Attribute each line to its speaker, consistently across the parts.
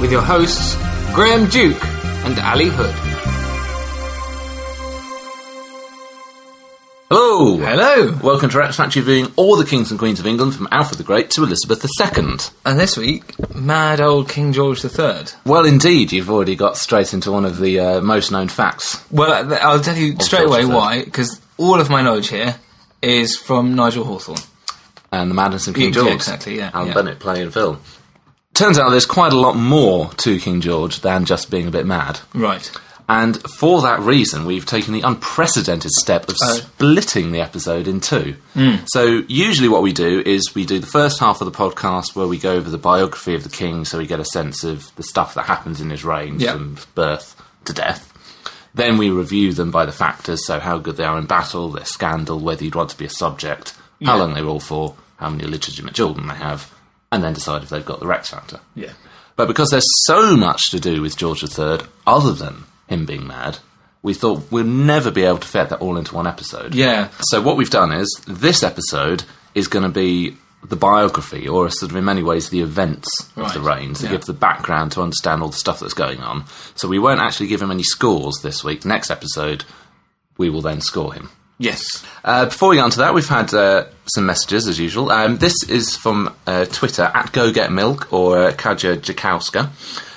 Speaker 1: With your hosts, Graham Duke and Ali Hood.
Speaker 2: Hello.
Speaker 1: Hello.
Speaker 2: Welcome to Rats Factory viewing all the kings and queens of England from Alfred the Great to Elizabeth II.
Speaker 1: And this week, mad old King George III.
Speaker 2: Well, indeed, you've already got straight into one of the uh, most known facts.
Speaker 1: Well, I- th- I'll tell you straight away
Speaker 2: George III.
Speaker 1: why, because all of my knowledge here is from Nigel Hawthorne.
Speaker 2: And the madness of King
Speaker 1: Yeah,
Speaker 2: George.
Speaker 1: exactly, yeah,
Speaker 2: Alan
Speaker 1: yeah.
Speaker 2: Bennett playing Phil. Turns out there's quite a lot more to King George than just being a bit mad.
Speaker 1: Right.
Speaker 2: And for that reason, we've taken the unprecedented step of
Speaker 1: Oh.
Speaker 2: splitting the episode in two. So, usually, what we do is we do the first half of the podcast where we go over the biography of the king so we get a sense of the stuff that happens in his reign
Speaker 1: Yep.
Speaker 2: from birth to death. Then we review them by the factors so, how good they are in battle, their scandal, whether you'd want to be a subject, how long they rule for, how many legitimate children they have, and then decide if they've got the Rex factor.
Speaker 1: Yeah.
Speaker 2: But because there's so much to do with George III, other than him being mad, we thought we'll never be able to fit that all into one episode.
Speaker 1: Yeah.
Speaker 2: So what we've done is this episode is going to be the biography, or sort of in many ways the events of
Speaker 1: Right.
Speaker 2: the reign, to
Speaker 1: Yeah.
Speaker 2: give the background to understand all the stuff that's going on. So we won't actually give him any scores this week. Next episode, we will then score him.
Speaker 1: Yes.
Speaker 2: Uh, before we get on to that, we've had uh, some messages as usual. Um, this is from uh, Twitter at Go Get Milk or uh, Kaja Jakowska.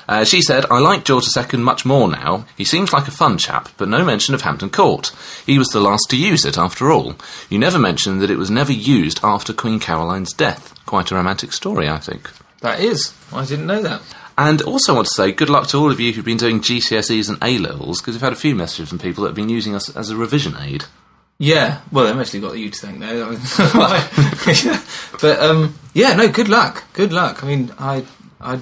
Speaker 2: Uh, she said, I like George II much more now. He seems like a fun chap, but no mention of Hampton Court. He was the last to use it, after all. You never mentioned that it was never used after Queen Caroline's death. Quite a romantic story, I think.
Speaker 1: That is. I didn't know that.
Speaker 2: And also want to say good luck to all of you who've been doing GCSEs and A-levels, because we've had a few messages from people that have been using us as a revision aid.
Speaker 1: Yeah, well, they mostly got you to thank though. but um, yeah, no, good luck, good luck. I mean, I I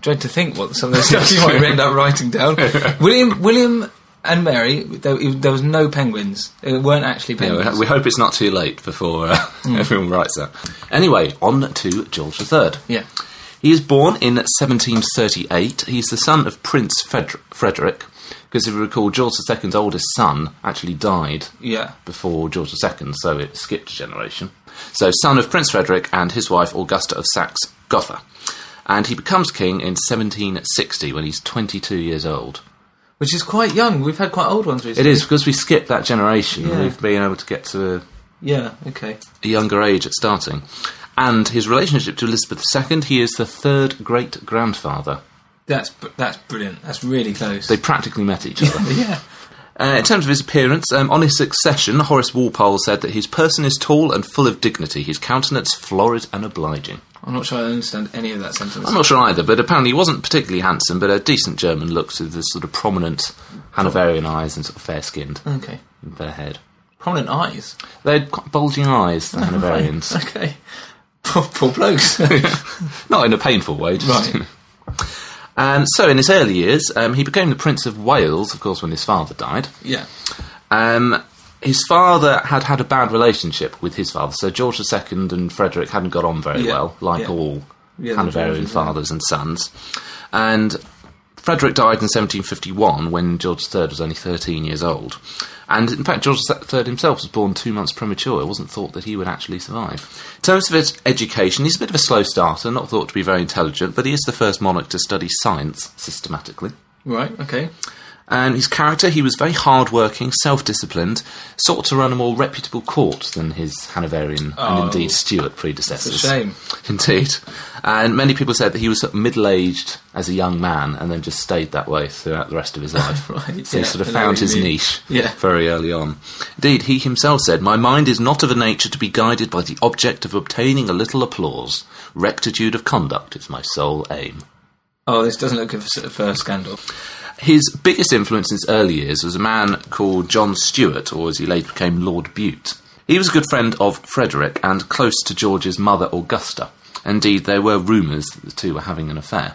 Speaker 1: dread to think what some of those stuff you might end up writing down. William, William, and Mary. There, there was no penguins. There weren't actually
Speaker 2: Yeah,
Speaker 1: penguins.
Speaker 2: we- we hope it's not too late before uh,
Speaker 1: Mm.
Speaker 2: everyone writes that. Anyway, on to George III.
Speaker 1: Yeah.
Speaker 2: He is born in 1738. He's the son of Prince Fred- Frederick, because if you recall, George II's oldest son actually died
Speaker 1: Yeah.
Speaker 2: before George II, so it skipped a generation. So, son of Prince Frederick and his wife Augusta of Saxe Gotha. And he becomes king in 1760 when he's 22 years old.
Speaker 1: which is quite young. We've had quite old ones
Speaker 2: It
Speaker 1: recently.
Speaker 2: is because we skipped that generation,
Speaker 1: Yeah.
Speaker 2: we've been able to get to
Speaker 1: Yeah. Okay.
Speaker 2: a younger age at starting. And his relationship to Elizabeth II, he is the third great grandfather.
Speaker 1: That's br- that's brilliant. That's really close.
Speaker 2: They practically met each other.
Speaker 1: yeah.
Speaker 2: Uh, in terms of his appearance, um, on his succession, Horace Walpole said that his person is tall and full of dignity, his countenance florid and obliging.
Speaker 1: I'm not sure I understand any of that sentence.
Speaker 2: I'm not sure either, but apparently he wasn't particularly handsome, but a decent German looks with the sort of prominent Hanoverian eyes and sort of fair skinned,
Speaker 1: Okay.
Speaker 2: fair head.
Speaker 1: Prominent eyes.
Speaker 2: They had quite bulging eyes, the Hanoverians.
Speaker 1: Okay. Poor, poor blokes.
Speaker 2: Not in a painful way, just.
Speaker 1: Right.
Speaker 2: and Um, so, in his early years, um, he became the Prince of Wales, of course, when his father died.
Speaker 1: yeah.
Speaker 2: Um, his father had had a bad relationship with his father, so George II and Frederick hadn't got on very
Speaker 1: Yeah,
Speaker 2: well, like
Speaker 1: yeah.
Speaker 2: all
Speaker 1: Yeah, the
Speaker 2: Hanoverian
Speaker 1: Georges, yeah.
Speaker 2: fathers and sons. And Frederick died in 1751 when George III was only 13 years old. And in fact, George III himself was born two months premature. It wasn't thought that he would actually survive. In terms of his education, he's a bit of a slow starter, not thought to be very intelligent, but he is the first monarch to study science systematically.
Speaker 1: Right. Okay.
Speaker 2: And his character, he was very hard-working, self-disciplined, sought to run a more reputable court than his Hanoverian and indeed Stuart predecessors.
Speaker 1: It's Oh. a shame.
Speaker 2: Indeed. And many people said that he was sort of middle-aged as a young man and then just stayed that way throughout the rest of his life.
Speaker 1: Right,
Speaker 2: so
Speaker 1: yeah,
Speaker 2: he sort of
Speaker 1: I know
Speaker 2: found
Speaker 1: what you
Speaker 2: his
Speaker 1: mean.
Speaker 2: niche
Speaker 1: Yeah.
Speaker 2: very early on. Indeed, he himself said, My mind is not of a nature to be guided by the object of obtaining a little applause. Rectitude of conduct is my sole aim.
Speaker 1: Oh, this doesn't look good for, for Scandal.
Speaker 2: His biggest influence in his early years was a man called John Stuart, or as he later became Lord Bute. He was a good friend of Frederick and close to George's mother Augusta. Indeed, there were rumours that the two were having an affair.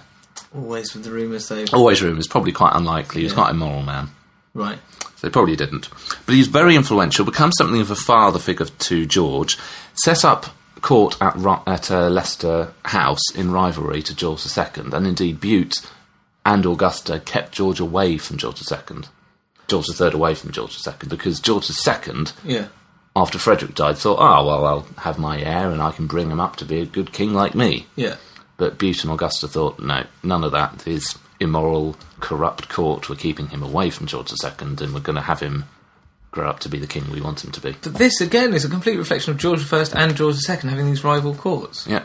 Speaker 1: Always with the rumours, though.
Speaker 2: Always rumours, probably quite unlikely. He was quite a moral man.
Speaker 1: Right.
Speaker 2: They probably didn't. But he's very influential, becomes something of a father figure to George, set up court at, Ru- at uh, Leicester House in rivalry to George II, and indeed Bute and Augusta kept George away from George II. George III away from George II, because George II,
Speaker 1: Yeah.
Speaker 2: after Frederick died, thought, oh, well, I'll have my heir and I can bring him up to be a good king like me.
Speaker 1: Yeah.
Speaker 2: But Bute and Augusta thought, no, none of that. His immoral, corrupt court were keeping him away from George II, and we're going to have him grow up to be the king we want him to be.
Speaker 1: But this, again, is a complete reflection of George I and George II having these rival courts.
Speaker 2: Yeah.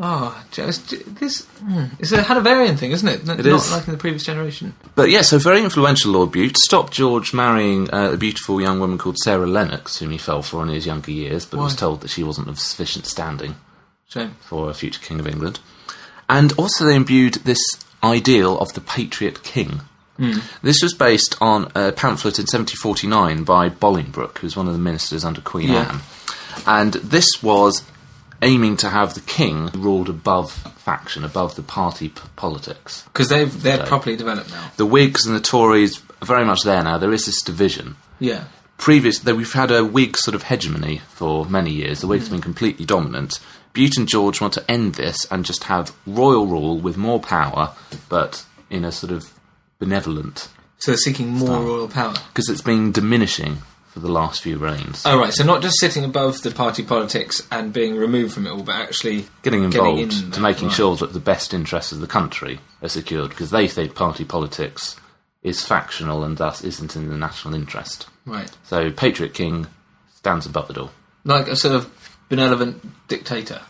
Speaker 1: Oh, just, this hmm, it's a Hanoverian thing, isn't it? N- Not
Speaker 2: It is.
Speaker 1: like in the previous generation.
Speaker 2: But yeah, so very influential Lord Bute stopped George marrying uh, a beautiful young woman called Sarah Lennox, whom he fell for in his younger years, but was
Speaker 1: Why?
Speaker 2: told that she wasn't of sufficient standing.
Speaker 1: Shame.
Speaker 2: for a future king of England. And also, they imbued this ideal of the patriot king. This was based on a pamphlet in 1749 by Bolingbroke, who's one of the ministers under Queen
Speaker 1: Yeah.
Speaker 2: Anne. And this was aiming to have the king ruled above faction, above the party p- politics.
Speaker 1: Because they've, they're properly developed now.
Speaker 2: The Whigs and the Tories are very much there now. There is this division
Speaker 1: Yeah.
Speaker 2: previous though we've had a Whig sort of hegemony for many years. The Whigs
Speaker 1: Mm.
Speaker 2: have been completely dominant. Bute and George want to end this and just have royal rule with more power, but in a sort of benevolent
Speaker 1: So they're seeking more royal power.
Speaker 2: because it's been diminishing for the last few reigns.
Speaker 1: Oh, right. So not just sitting above the party politics and being removed from it all, but actually
Speaker 2: Getting involved
Speaker 1: in
Speaker 2: to
Speaker 1: there,
Speaker 2: making
Speaker 1: right.
Speaker 2: sure that the best interests of the country are secured because they think party politics is factional and thus isn't in the national interest.
Speaker 1: Right.
Speaker 2: So Patriot King stands above it all.
Speaker 1: Like a sort of benevolent dictator.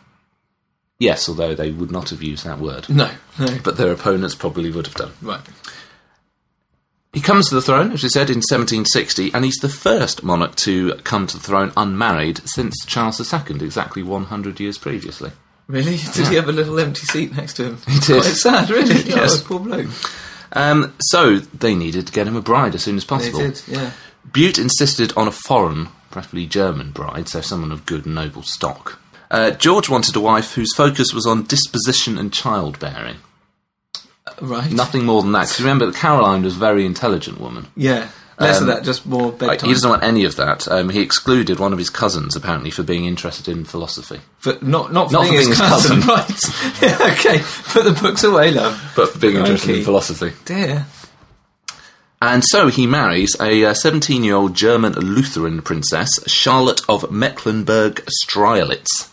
Speaker 2: Yes, although they would not have used that word.
Speaker 1: No. No.
Speaker 2: but their opponents probably would have done.
Speaker 1: Right.
Speaker 2: He comes to the throne, as we said, in 1760, and he's the first monarch to come to the throne unmarried since Charles II, exactly 100 years previously.
Speaker 1: Really? Did he have a little empty seat next to him? He
Speaker 2: did.
Speaker 1: Quite sad, really.
Speaker 2: Yes.
Speaker 1: Oh, poor bloke.
Speaker 2: Um, so they needed to get him a bride as soon as
Speaker 1: They
Speaker 2: possible.
Speaker 1: did, yeah.
Speaker 2: Bute insisted on a foreign, preferably German bride, so someone of good and noble stock. Uh, George wanted a wife whose focus was on disposition and childbearing.
Speaker 1: Right.
Speaker 2: Nothing more than that. 'cause remember that Caroline was a very intelligent woman.
Speaker 1: Yeah. Less
Speaker 2: Um,
Speaker 1: of that, just more
Speaker 2: Like,
Speaker 1: bedtime.
Speaker 2: he doesn't want any of that. Um, he excluded one of his cousins, apparently, for being interested in philosophy.
Speaker 1: But not not for
Speaker 2: Not
Speaker 1: being
Speaker 2: for
Speaker 1: his
Speaker 2: being his
Speaker 1: cousin,
Speaker 2: cousin.
Speaker 1: right? yeah, okay. Put the books away, love.
Speaker 2: but for being interested
Speaker 1: Crikey.
Speaker 2: in philosophy.
Speaker 1: Dear.
Speaker 2: And so he marries a 17 year old German Lutheran princess, Charlotte of Mecklenburg Strelitz.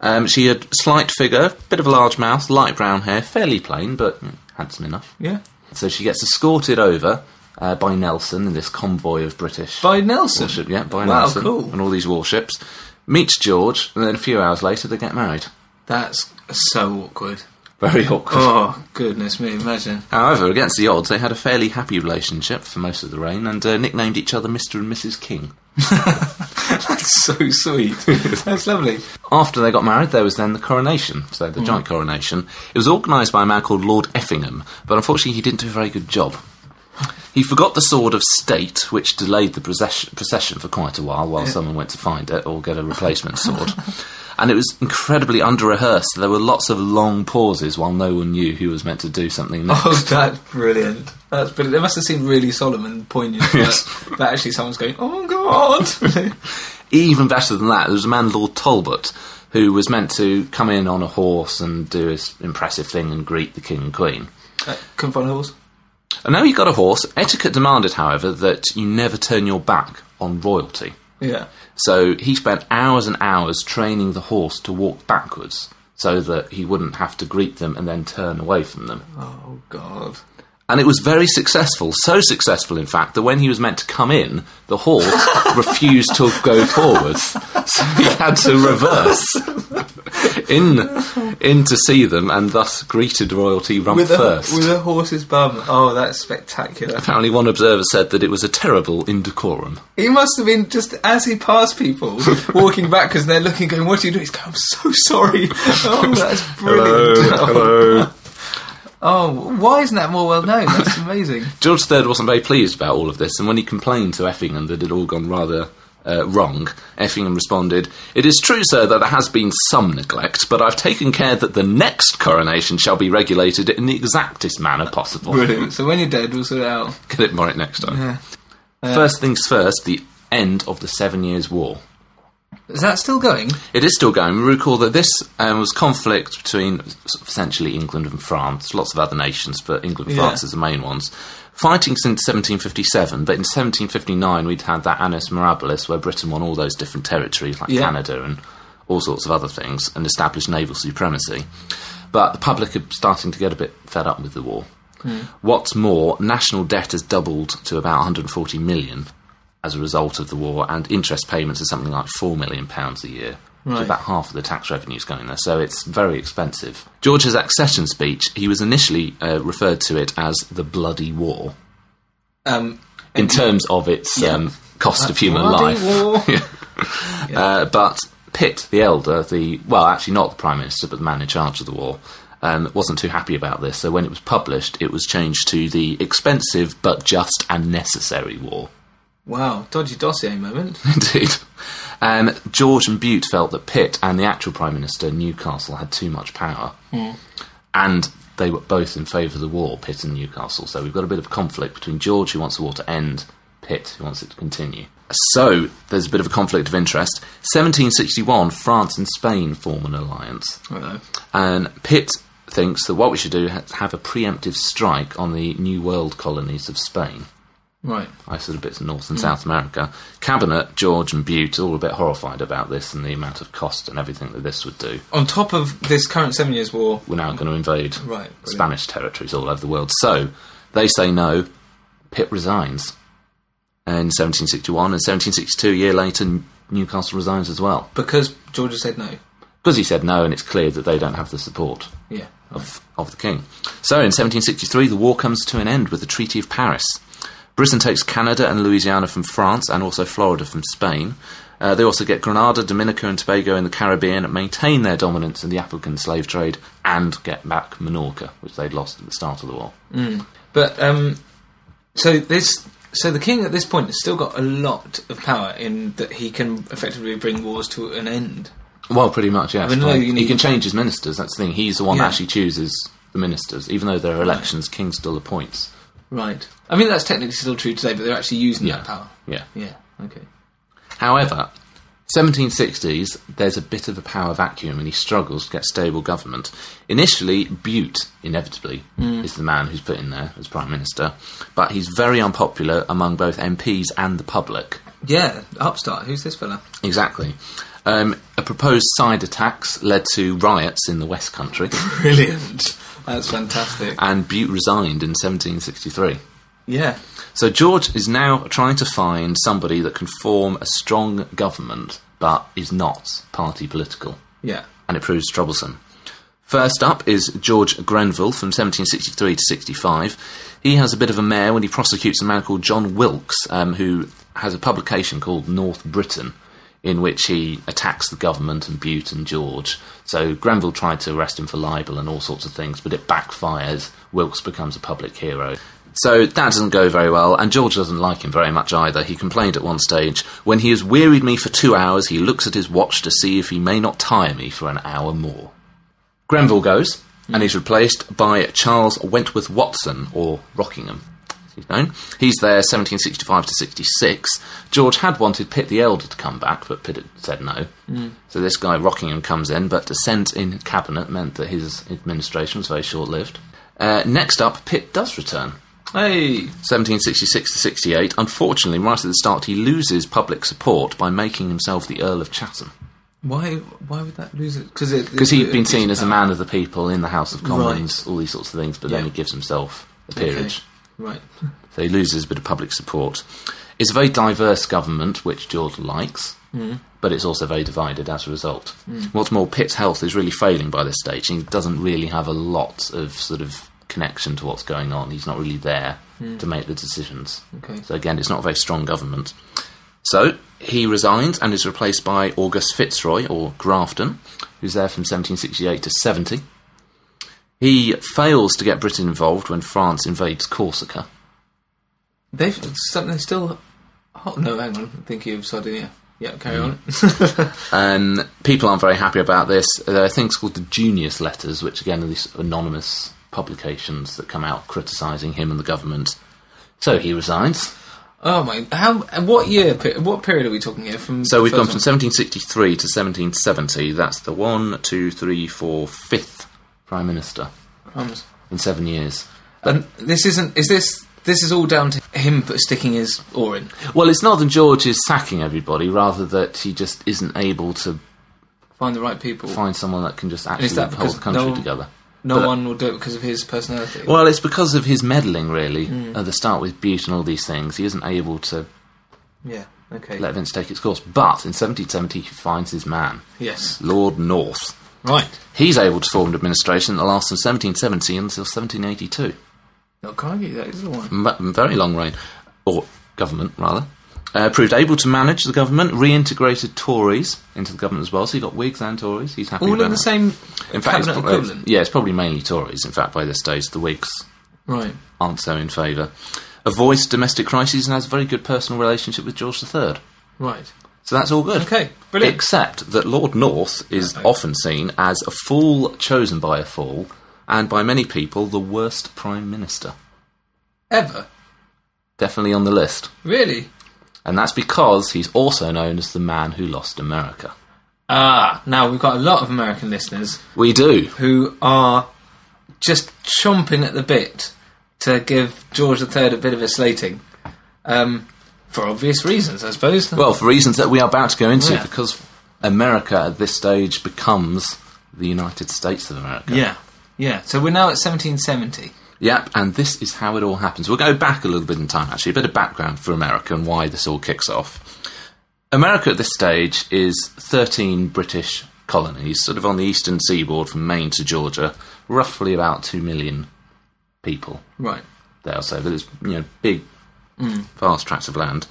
Speaker 2: Um, she had slight figure, bit of a large mouth, light brown hair, fairly plain, but mm, handsome enough.
Speaker 1: Yeah.
Speaker 2: So she gets escorted over uh, by Nelson in this convoy of British.
Speaker 1: By Nelson.
Speaker 2: warship, yeah, by
Speaker 1: wow,
Speaker 2: Nelson
Speaker 1: cool.
Speaker 2: and all these warships. Meets George, and then a few hours later they get married.
Speaker 1: That's so awkward.
Speaker 2: Very awkward.
Speaker 1: Oh, goodness me, imagine.
Speaker 2: However, against the odds, they had a fairly happy relationship for most of the reign and uh, nicknamed each other Mr. and Mrs. King.
Speaker 1: That's so sweet. That's lovely.
Speaker 2: After they got married, there was then the coronation, so the joint coronation. It was organised by a man called Lord Effingham, but unfortunately he didn't do a very good job. He forgot the sword of state, which delayed the procession, procession for quite a while while someone went to find it or get a replacement sword. And it was incredibly under rehearsed. There were lots of long pauses while no one knew who was meant to do something next.
Speaker 1: Oh, that's brilliant. That's brilliant. It must have seemed really solemn and poignant. but-
Speaker 2: Yes.
Speaker 1: But, actually, someone's going, oh, God.
Speaker 2: even better than that, there was a man, Lord Talbot, who was meant to come in on a horse and do his impressive thing and greet the king and queen.
Speaker 1: uh, couldn't find a horse.
Speaker 2: And now he got a horse. Etiquette demanded, however, that you never turn your back on royalty.
Speaker 1: Yeah.
Speaker 2: So he spent hours and hours training the horse to walk backwards so that he wouldn't have to greet them and then turn away from them.
Speaker 1: Oh, God.
Speaker 2: And it was very successful, so successful, in fact, that when he was meant to come in, the horse refused to go forwards. So he had to reverse in, in to see them and thus greeted royalty rump
Speaker 1: with
Speaker 2: first.
Speaker 1: a with a horse's bum. Oh, that's spectacular.
Speaker 2: Apparently, one observer said that it was a terrible indecorum.
Speaker 1: He must have been just as he passed people walking back because they're looking, going, "What are you doing?" He's going, "I'm so sorry." Oh, that's brilliant.
Speaker 2: hello.
Speaker 1: Oh, why isn't that more well known? That's amazing.
Speaker 2: George III wasn't very pleased about all of this, and when he complained to Effingham that it had all gone rather uh, wrong, Effingham responded, It is true, sir, that there has been some neglect, but I've taken care that the next coronation shall be regulated in the exactest manner possible.
Speaker 1: So when you're dead, we'll sort it out.
Speaker 2: Get it right next time. First things first, the end of the Seven Years' War.
Speaker 1: Is that still going?
Speaker 2: It is still going. We recall that this um, was conflict between sort of essentially England and France, lots of other nations, but England and
Speaker 1: Yeah.
Speaker 2: France is the main ones. Fighting since 1757, but in 1759 we'd had that Annus Mirabilis where Britain won all those different territories like
Speaker 1: Yeah.
Speaker 2: Canada and all sorts of other things and established naval supremacy. But the public are starting to get a bit fed up with the war.
Speaker 1: Hmm.
Speaker 2: What's more, national debt has doubled to about 140 million as a result of the war, and interest payments are something like four million pounds a year. So about half of the tax revenue is going there, so it's very expensive. George's accession speech, he was initially uh, referred to it as the Bloody War
Speaker 1: Um,
Speaker 2: in terms of its um, cost of human
Speaker 1: bloody
Speaker 2: life.
Speaker 1: war.
Speaker 2: Uh, but Pitt, the elder, the well, actually not the prime minister, but the man in charge of the war, um, wasn't too happy about this. So when it was published, it was changed to the expensive but just and necessary war.
Speaker 1: Wow, dodgy dossier moment.
Speaker 2: Indeed. Um, George and Bute felt that Pitt and the actual Prime Minister, Newcastle, had too much power. And they were both in favour of the war, Pitt and Newcastle. So we've got a bit of conflict between George, who wants the war to end, Pitt, who wants it to continue. So there's a bit of a conflict of interest. 1761, France and Spain form an alliance.
Speaker 1: Hello.
Speaker 2: And Pitt thinks that what we should do is have a preemptive strike on the New World colonies of Spain
Speaker 1: Right.
Speaker 2: isolated bits of North and South America. Cabinet, George, and Butte all a bit horrified about this and the amount of cost and everything that this would do.
Speaker 1: On top of this current Seven Years' War,
Speaker 2: We're now going to invade
Speaker 1: Right, brilliant.
Speaker 2: Spanish territories all over the world. So they say no. Pitt resigns in 1761 and 1762. A year later, Newcastle resigns as well
Speaker 1: because George has said no.
Speaker 2: because he said no, and it's clear that they don't have the support
Speaker 1: Yeah.
Speaker 2: of, of the king. So in 1763, the war comes to an end with the Treaty of Paris. Britain takes Canada and Louisiana from France and also Florida from Spain. Uh, they also get Grenada, Dominica, and Tobago in the Caribbean, maintain their dominance in the African slave trade, and get back Minorca, which they'd lost at the start of the war.
Speaker 1: But um, so this, so the king at this point has still got a lot of power in that he can effectively bring wars to an end.
Speaker 2: Well, pretty much, yes.
Speaker 1: I mean, no,
Speaker 2: Like,
Speaker 1: you
Speaker 2: he
Speaker 1: need-
Speaker 2: can change his ministers, that's the thing. He's the one
Speaker 1: Yeah.
Speaker 2: that actually chooses the ministers. Even though there are elections, king still appoints.
Speaker 1: Right. I mean, that's technically still true today, but they're actually using that power.
Speaker 2: Yeah.
Speaker 1: Yeah. Okay.
Speaker 2: However, 1760s, there's a bit of a power vacuum and he struggles to get stable government. Initially, Bute, inevitably, is the man who's put in there as Prime Minister, but he's very unpopular among both MPs and the public.
Speaker 1: Yeah. Upstart. Who's this fella?
Speaker 2: Exactly. Um, a proposed cider tax led to riots in the West Country,
Speaker 1: Brilliant. That's fantastic.
Speaker 2: and Bute resigned in 1763.
Speaker 1: Yeah.
Speaker 2: So George is now trying to find somebody that can form a strong government but is not party political.
Speaker 1: Yeah.
Speaker 2: and it proves troublesome. First up is George Grenville from 1763 to 65. He has a bit of a mare when he prosecutes a man called John Wilkes, um, who has a publication called North Britain, in which he attacks the government and Bute and George. So Grenville tried to arrest him for libel and all sorts of things, but it backfires. Wilkes becomes a public hero. So that doesn't go very well, and George doesn't like him very much either. He complained at one stage, When he has wearied me for two hours, he looks at his watch to see if he may not tire me for an hour more. Grenville goes, and he's replaced by Charles Wentworth Watson, or Rockingham, as he's known. He's there 1765 to 66. George had wanted Pitt the Elder to come back, but Pitt had said no. So this guy, Rockingham, comes in, but dissent in cabinet meant that his administration was very short lived. Uh, next up, Pitt does return.
Speaker 1: Hey.
Speaker 2: 1766 to 68. Unfortunately, right at the start, he loses public support by making himself the Earl of Chatham.
Speaker 1: Why? Why would that lose it? Because
Speaker 2: Because he'd been seen as a man of the people in the House of Commons, all these sorts of things, but then
Speaker 1: Yeah.
Speaker 2: he gives himself the peerage.
Speaker 1: Right.
Speaker 2: So he loses a bit of public support. It's a very diverse government, which George likes, but it's also very divided as a result. What's more, Pitt's health is really failing by this stage, and he doesn't really have a lot of sort of connection to what's going on. He's not really there to make the decisions.
Speaker 1: Okay.
Speaker 2: So again, it's not a very strong government. So he resigns and is replaced by August Fitzroy, or Grafton, who's there from 1768 to 70. He fails to get Britain involved when France invades Corsica.
Speaker 1: They've something still. Oh no, hang on. I'm thinking of Sardinia. Yeah, carry on.
Speaker 2: Um, people aren't very happy about this. There are things called the Junius Letters, which again are these anonymous publications that come out criticising him and the government. So he resigns.
Speaker 1: oh my! How? What year? pe- What period are we talking here? From
Speaker 2: So
Speaker 1: the
Speaker 2: we've
Speaker 1: first
Speaker 2: gone from
Speaker 1: one?
Speaker 2: 1763 to 1770. That's the one, two, three, four, fifth prime minister
Speaker 1: Crumbs.
Speaker 2: in seven years.
Speaker 1: And this isn't. Is this? This is all down to him p- sticking his oar in.
Speaker 2: Well, it's not that George is sacking everybody, rather that he just isn't able to
Speaker 1: Find the right people.
Speaker 2: find someone that can just actually
Speaker 1: is that
Speaker 2: hold
Speaker 1: because
Speaker 2: the country
Speaker 1: no-
Speaker 2: together.
Speaker 1: No
Speaker 2: But-
Speaker 1: one will do it because of his personality.
Speaker 2: Well, it's because of his meddling, really,
Speaker 1: Hmm.
Speaker 2: at the start with Butte and all these things. He isn't able to
Speaker 1: yeah. Okay.
Speaker 2: let events take its course. But in 1770, he finds his man,
Speaker 1: yes.
Speaker 2: Lord North.
Speaker 1: Right.
Speaker 2: He's able to form an administration that lasts from 1770 until 1782.
Speaker 1: No, crikey, that is the one.
Speaker 2: M- very long reign, or government rather. Uh, proved able to manage the government, reintegrated Tories into the government as well. So he got Whigs and Tories. He's happy.
Speaker 1: All
Speaker 2: about
Speaker 1: in the
Speaker 2: that.
Speaker 1: same
Speaker 2: In fact, it's
Speaker 1: cabinet
Speaker 2: pro-
Speaker 1: equivalent.
Speaker 2: yeah, it's probably mainly Tories. In fact, by this stage, the Whigs
Speaker 1: Right.
Speaker 2: aren't so in favour. Avoids domestic crises and has a very good personal relationship with George III.
Speaker 1: Right.
Speaker 2: So that's all good.
Speaker 1: Okay, brilliant.
Speaker 2: Except that Lord North is often seen as a fool chosen by a fool, and by many people, the worst prime minister.
Speaker 1: Ever.
Speaker 2: Definitely on the list.
Speaker 1: Really?
Speaker 2: And that's because he's also known as the man who lost America.
Speaker 1: Ah, now we've got a lot of American listeners
Speaker 2: We do.
Speaker 1: who are just chomping at the bit to give George III a bit of a slating. Um, for obvious reasons, I suppose.
Speaker 2: Well, for reasons that we are about to go into,
Speaker 1: Yeah.
Speaker 2: because America at this stage becomes the United States of America.
Speaker 1: yeah. Yeah. So we're now at 1770.
Speaker 2: Yep, and this is how it all happens. We'll go back a little bit in time, actually, a bit of background for America and why this all kicks off. America at this stage is 13 British colonies, sort of on the eastern seaboard from Maine to Georgia, roughly about 2 million people
Speaker 1: Right.
Speaker 2: there or so, but it's, you know, big,
Speaker 1: Hmm.
Speaker 2: vast tracts of land.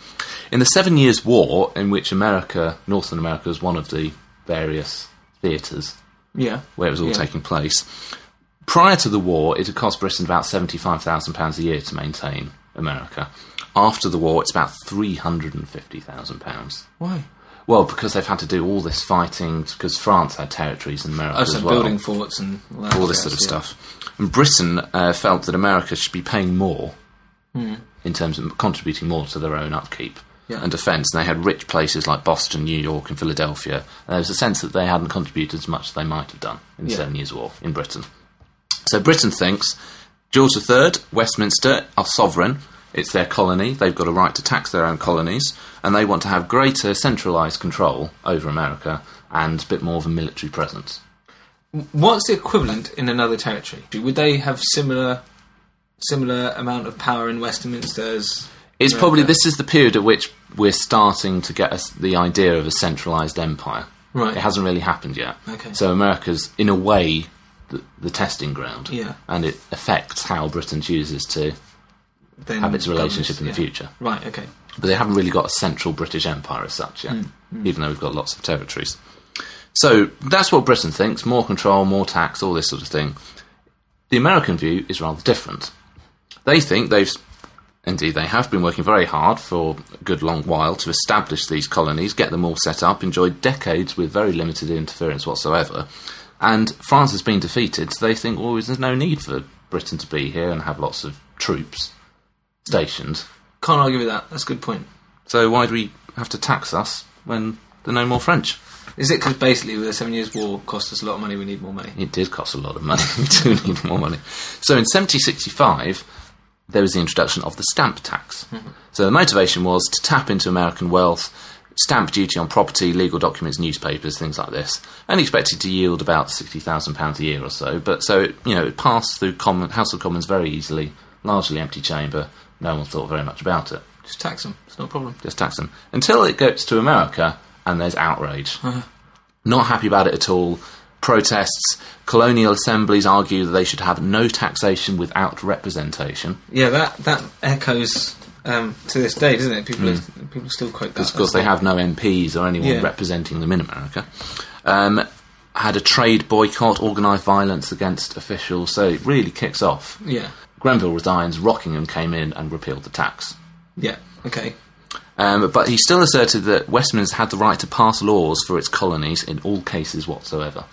Speaker 2: In the Seven Years' War, in which America, Northern America, was one of the various theatres
Speaker 1: Yeah.
Speaker 2: where it was all
Speaker 1: Yeah.
Speaker 2: taking place. Prior to the war, it had cost Britain about £75,000 a year to maintain America. After the war, it's about £350,000.
Speaker 1: Why?
Speaker 2: Well, because they've had to do all this fighting, because France had territories in America
Speaker 1: Oh,
Speaker 2: as
Speaker 1: so
Speaker 2: well.
Speaker 1: building forts and all, that
Speaker 2: all this
Speaker 1: jazz,
Speaker 2: sort of
Speaker 1: yeah.
Speaker 2: stuff. And Britain uh, felt that America should be paying more in terms of contributing more to their own upkeep
Speaker 1: Hmm. Yeah.
Speaker 2: and defence. And they had rich places like Boston, New York, and Philadelphia. And there was a sense that they hadn't contributed as much as they might have done in the
Speaker 1: Yeah.
Speaker 2: Seven Years' War in Britain. So Britain thinks George III, Westminster are sovereign. It's their colony. They've got a right to tax their own colonies, and they want to have greater centralised control over America and a bit more of a military presence.
Speaker 1: What's the equivalent in another territory? Would they have similar similar amount of power in Westminster as
Speaker 2: It's probably
Speaker 1: America?
Speaker 2: this is the period at which we're starting to get us the idea of a centralized empire.
Speaker 1: Right.
Speaker 2: It hasn't really happened yet.
Speaker 1: Okay.
Speaker 2: So America's in a way the, the testing ground.
Speaker 1: Yeah.
Speaker 2: And it affects how Britain chooses to
Speaker 1: then
Speaker 2: have its relationship in the
Speaker 1: governments- yeah.
Speaker 2: future.
Speaker 1: Right, okay.
Speaker 2: But they haven't really got a central British empire as such yet, even though we've got lots of territories. So that's what Britain thinks: more control, more tax, all this sort of thing. The American view is rather different. They think they've, indeed, they have been working very hard for a good long while to establish these colonies, get them all set up, enjoy decades with very limited interference whatsoever. And France has been defeated, so they think, well, there's no need for Britain to be here and have lots of troops stationed.
Speaker 1: Can't argue with that. That's a good point.
Speaker 2: So why do we have to tax us when there's no more French?
Speaker 1: Is it because basically with the Seven Years' War cost us a lot of money, we need more money?
Speaker 2: It did cost a lot of money. we do need more money. So in 1765, there was the introduction of the stamp tax. So the motivation was to tap into American wealth, stamp duty on property, legal documents, newspapers, things like this, and expected to yield about sixty thousand pounds a year or so. But so it, you know, it passed through common, House of Commons very easily. largely empty chamber. No one thought very much about it.
Speaker 1: Just tax them. It's no problem.
Speaker 2: Just tax them. Until it gets to America and there's outrage.
Speaker 1: Uh-huh.
Speaker 2: Not happy about it at all. Protests. Colonial assemblies argue that they should have no taxation without representation.
Speaker 1: Yeah, that that echoes um, to this day, doesn't it? People are, people still quote that.
Speaker 2: because Mm. of course they have no MPs or anyone
Speaker 1: Yeah.
Speaker 2: representing them in America. Um, had a trade boycott, organised violence against officials, so it really kicks off.
Speaker 1: Yeah.
Speaker 2: Grenville resigns, Rockingham came in and repealed the tax.
Speaker 1: Yeah. Okay.
Speaker 2: Um, but he still asserted that Westminster had the right to pass laws for its colonies in all cases whatsoever.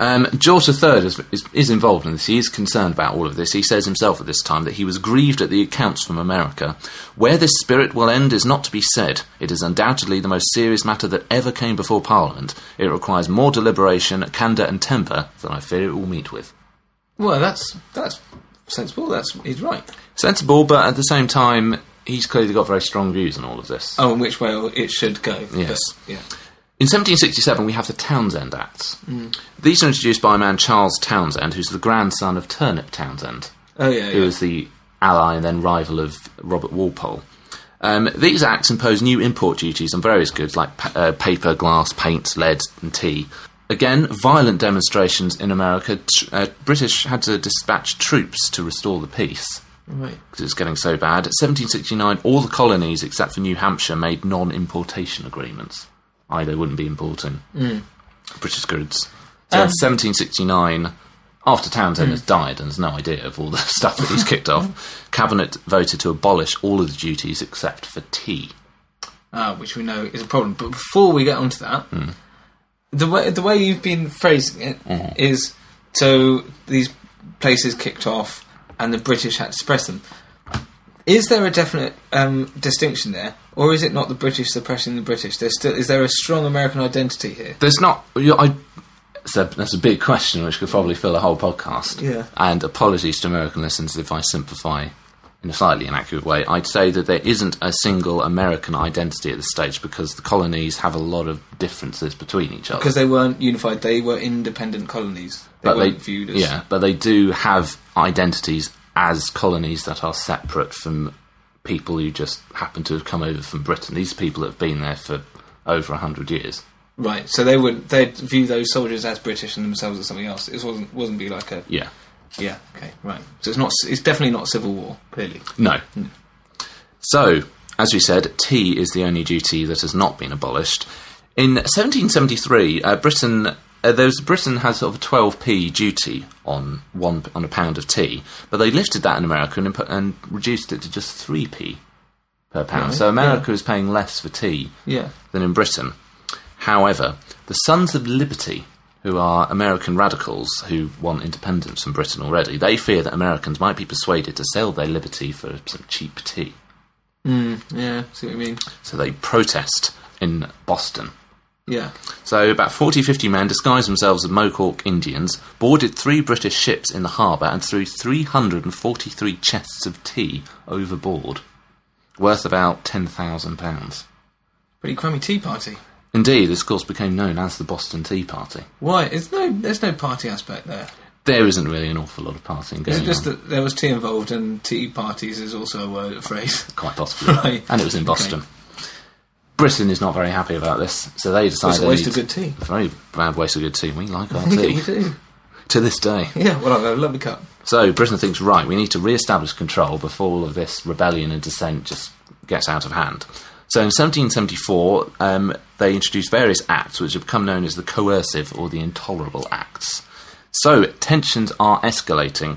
Speaker 2: Um, George III is, is, is involved in this. He is concerned about all of this. He says himself at this time that he was grieved at the accounts from America. Where this spirit will end is not to be said. It is undoubtedly the most serious matter that ever came before Parliament. It requires more deliberation, candour, and temper than I fear it will meet with.
Speaker 1: Well, that's that's sensible. That's he's right.
Speaker 2: Sensible, but at the same time, he's clearly got very strong views on all of this.
Speaker 1: Oh, and which way it should go?
Speaker 2: Yes.
Speaker 1: But, yeah.
Speaker 2: In 1767, we have the Townsend Acts.
Speaker 1: Mm.
Speaker 2: These are introduced by a man, Charles Townsend, who's the grandson of Turnip Townsend,
Speaker 1: Oh yeah.
Speaker 2: who
Speaker 1: yeah.
Speaker 2: was the ally and then rival of Robert Walpole. Um, these acts impose new import duties on various goods like pa- uh, paper, glass, paint, lead, and tea. Again, violent demonstrations in America. Tr- uh, British had to dispatch troops to restore the peace
Speaker 1: Right.
Speaker 2: because it's getting so bad. 1769, all the colonies except for New Hampshire made non importation agreements. I, they wouldn't be importing British goods. So it's 1769, after Townsend has died and has no idea of all the stuff that he's kicked off, Cabinet voted to abolish all of the duties except for tea.
Speaker 1: uh, which we know is a problem. But before we get onto that,
Speaker 2: Hmm.
Speaker 1: the way the way you've been phrasing it is
Speaker 2: Hmm.
Speaker 1: so these places kicked off and the British had to suppress them. Is there a definite um, distinction there, or is it not the British suppressing the British? There's still is there a strong American identity here?
Speaker 2: There's not. you- I, it's a, that's a big question which could probably fill a whole podcast.
Speaker 1: Yeah.
Speaker 2: And apologies to American listeners if I simplify in a slightly inaccurate way. I'd say that there isn't a single American identity at this stage because the colonies have a lot of differences between each other.
Speaker 1: Because they weren't unified, they were independent colonies. They
Speaker 2: but
Speaker 1: weren't viewed as
Speaker 2: yeah, but they do have identities as colonies that are separate from people who just happen to have come over from Britain. These people that have been there for over a hundred years.
Speaker 1: right. So they would they would view those soldiers as British and themselves as something else. It wasn't wasn't be like a
Speaker 2: Yeah.
Speaker 1: Yeah. Okay. Right. So it's not. It's definitely not civil war. Clearly.
Speaker 2: No. So, as we said, tea is the only duty that has not been abolished. In 1773, uh, Britain. Uh, there was, Britain had sort of a 12p duty on one on a pound of tea, but they lifted that in America and, impo- and reduced it to just 3p per pound.
Speaker 1: Right,
Speaker 2: So America is paying less for tea
Speaker 1: Yeah.
Speaker 2: than in Britain. However, the Sons of Liberty, who are American radicals who want independence from Britain already, they fear that Americans might be persuaded to sell their liberty for some cheap tea.
Speaker 1: Yeah. See what I mean?
Speaker 2: So they protest in Boston.
Speaker 1: Yeah.
Speaker 2: So about 40, 50 men disguised themselves as Mohawk Indians, boarded three British ships in the harbour and threw 343 chests of tea overboard, worth about £10,000.
Speaker 1: Pretty crummy tea party.
Speaker 2: Indeed, this course became known as the Boston Tea Party.
Speaker 1: Why? It's no. There's no party aspect there.
Speaker 2: There isn't really an awful lot of partying
Speaker 1: Is
Speaker 2: going
Speaker 1: it just
Speaker 2: on.
Speaker 1: that there was tea involved and tea parties is also a word, a phrase.
Speaker 2: Quite possibly.
Speaker 1: Right.
Speaker 2: And it was in
Speaker 1: Okay.
Speaker 2: Boston. Britain is not very happy about this, so they decided.
Speaker 1: It's a
Speaker 2: they
Speaker 1: waste
Speaker 2: need-
Speaker 1: of good tea.
Speaker 2: Very bad waste of good tea. We like our
Speaker 1: We
Speaker 2: tea
Speaker 1: do.
Speaker 2: to this day.
Speaker 1: Yeah. Well, I've got a lovely cup.
Speaker 2: So Britain thinks, right, we need to re establish control before all of this rebellion and dissent just gets out of hand. So in 1774, um, they introduced various acts which have become known as the coercive or the intolerable acts. So tensions are escalating.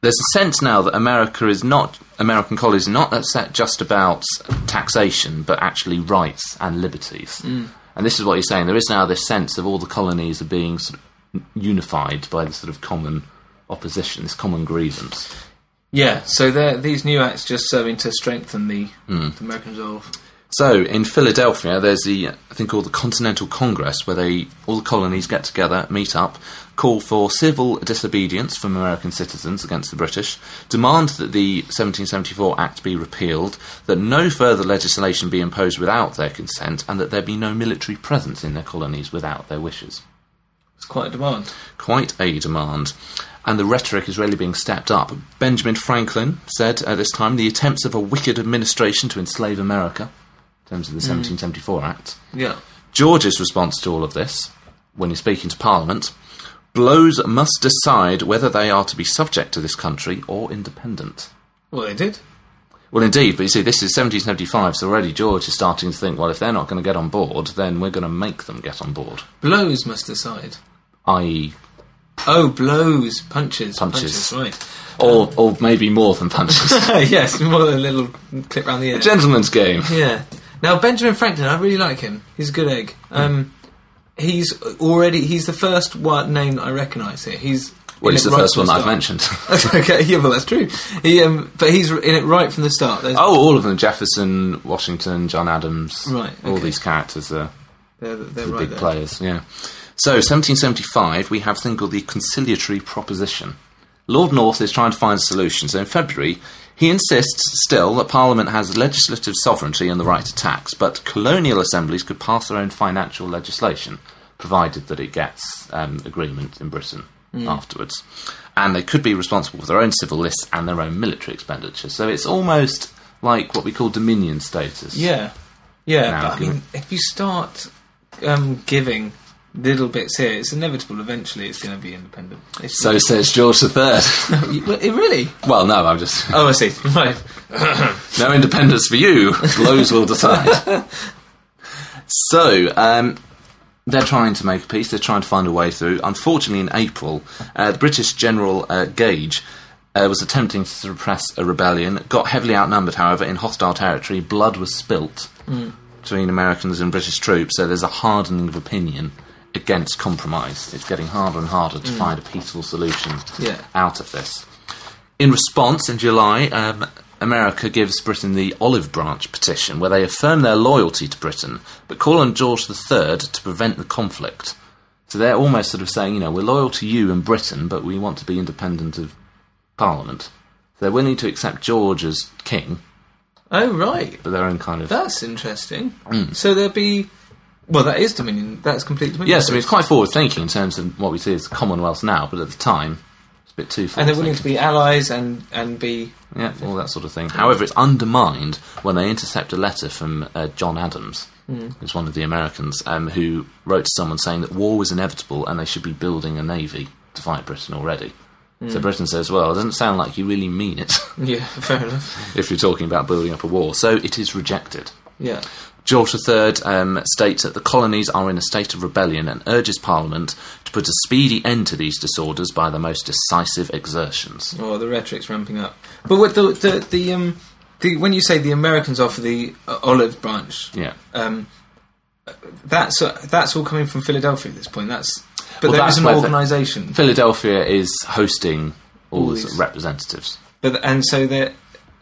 Speaker 2: There's a sense now that America is not, American colonies are not upset just about taxation, but actually rights and liberties. And this is what he's saying. There is now this sense of all the colonies are being sort of unified by this sort of common opposition, this common grievance.
Speaker 1: Yeah. So they're- these new acts just serving to strengthen the, the American resolve.
Speaker 2: So in Philadelphia, there's the I think called the Continental Congress, where they all the colonies get together, meet up, call for civil disobedience from American citizens against the British, demand that the 1774 Act be repealed, that no further legislation be imposed without their consent, and that there be no military presence in their colonies without their wishes.
Speaker 1: It's quite a demand.
Speaker 2: quite a demand. And the rhetoric is really being stepped up. Benjamin Franklin said at this time the attempts of a wicked administration to enslave America, in terms of the 1774 Act.
Speaker 1: Yeah.
Speaker 2: George's response to all of this, when he's speaking to Parliament, blows must decide whether they are to be subject to this country or independent.
Speaker 1: Well, they did.
Speaker 2: Well, indeed, but you see, this is 1775, so already George is starting to think, well, if they're not going to get on board, then we're going to make them get on board, e,
Speaker 1: Blows must decide.
Speaker 2: i.e.,
Speaker 1: Oh, blows, punches,
Speaker 2: Punches.
Speaker 1: punches,
Speaker 2: or, or maybe more than punches.
Speaker 1: right? yes, more than a little clip round the ear.
Speaker 2: Gentleman's game.
Speaker 1: Yeah. Now Benjamin Franklin, I really like him. He's a good egg.
Speaker 2: Hmm.
Speaker 1: Um, he's already he's the first one name that I recognise here. He's
Speaker 2: Well,
Speaker 1: in
Speaker 2: it's
Speaker 1: it
Speaker 2: the
Speaker 1: right
Speaker 2: first
Speaker 1: from
Speaker 2: one
Speaker 1: the
Speaker 2: that I've
Speaker 1: start.
Speaker 2: mentioned.
Speaker 1: okay, yeah, well that's true. He, um, but he's in it right from the start. There's,
Speaker 2: oh, all of them: Jefferson, Washington, John Adams.
Speaker 1: Right,
Speaker 2: All
Speaker 1: okay.
Speaker 2: these characters are
Speaker 1: they're, they're
Speaker 2: the
Speaker 1: right
Speaker 2: big
Speaker 1: there.
Speaker 2: players. Yeah. So, 1775, we have a thing called the conciliatory proposition. Lord North is trying to find a solution. So, in February, he insists still that Parliament has legislative sovereignty and the right to tax, but colonial assemblies could pass their own financial legislation, provided that it gets um, agreement in Britain
Speaker 1: Mm.
Speaker 2: afterwards. And they could be responsible for their own civil lists and their own military expenditure. So, it's almost like what we call dominion status.
Speaker 1: Yeah, yeah.
Speaker 2: Now,
Speaker 1: but I
Speaker 2: give
Speaker 1: mean, if you start um, giving little bits here, it's inevitable. Eventually, it's going to be independent. It's
Speaker 2: So says George III.
Speaker 1: You- well, it really.
Speaker 2: well, no, I'm just.
Speaker 1: Oh, I see. Right.
Speaker 2: No independence for you. Blows will decide. so, um, they're trying to make a peace. They're trying to find a way through. Unfortunately, in April, uh, the British General uh, Gage uh, was attempting to suppress a rebellion. Got heavily outnumbered, however, in hostile territory. Blood was spilt between Americans and British troops. So there's a hardening of opinion against compromise. It's getting harder and harder to find a peaceful solution
Speaker 1: Yeah.
Speaker 2: out of this. In response, in July, um, America gives Britain the Olive Branch petition, where they affirm their loyalty to Britain, but call on George III to prevent the conflict. So they're almost sort of saying, you know, we're loyal to you and Britain, but we want to be independent of Parliament. They're willing to accept George as king,
Speaker 1: Oh, right.
Speaker 2: but their own kind of.
Speaker 1: That's interesting.
Speaker 2: Mm.
Speaker 1: So there'd be. Well, that is Dominion. That's complete Dominion.
Speaker 2: yes, I mean, it's quite forward thinking in terms of what we see as the Commonwealth now, but at the time, it's a bit too forward.
Speaker 1: And they're willing to be allies and, and be.
Speaker 2: Yeah, all that sort of thing. However, it's undermined when they intercept a letter from uh, John Adams,
Speaker 1: Hmm.
Speaker 2: who's one of the Americans, um, who wrote to someone saying that war was inevitable and they should be building a navy to fight Britain already.
Speaker 1: Hmm.
Speaker 2: So Britain says, well, it doesn't sound like you really mean it
Speaker 1: Yeah, fair enough.
Speaker 2: if you're talking about building up a war. So it is rejected.
Speaker 1: Yeah.
Speaker 2: George III um, states that the colonies are in a state of rebellion and urges Parliament to put a speedy end to these disorders by the most decisive exertions.
Speaker 1: Well, Oh, the rhetoric's ramping up. But with the. the, the, um, the when you say the Americans offer the uh, olive branch,
Speaker 2: Yeah.
Speaker 1: um, that's uh, that's all coming from Philadelphia at this point. That's But
Speaker 2: Well,
Speaker 1: there
Speaker 2: that's
Speaker 1: is an
Speaker 2: where the-
Speaker 1: organisation.
Speaker 2: Philadelphia is hosting all
Speaker 1: All
Speaker 2: the
Speaker 1: these-
Speaker 2: representatives.
Speaker 1: But and so that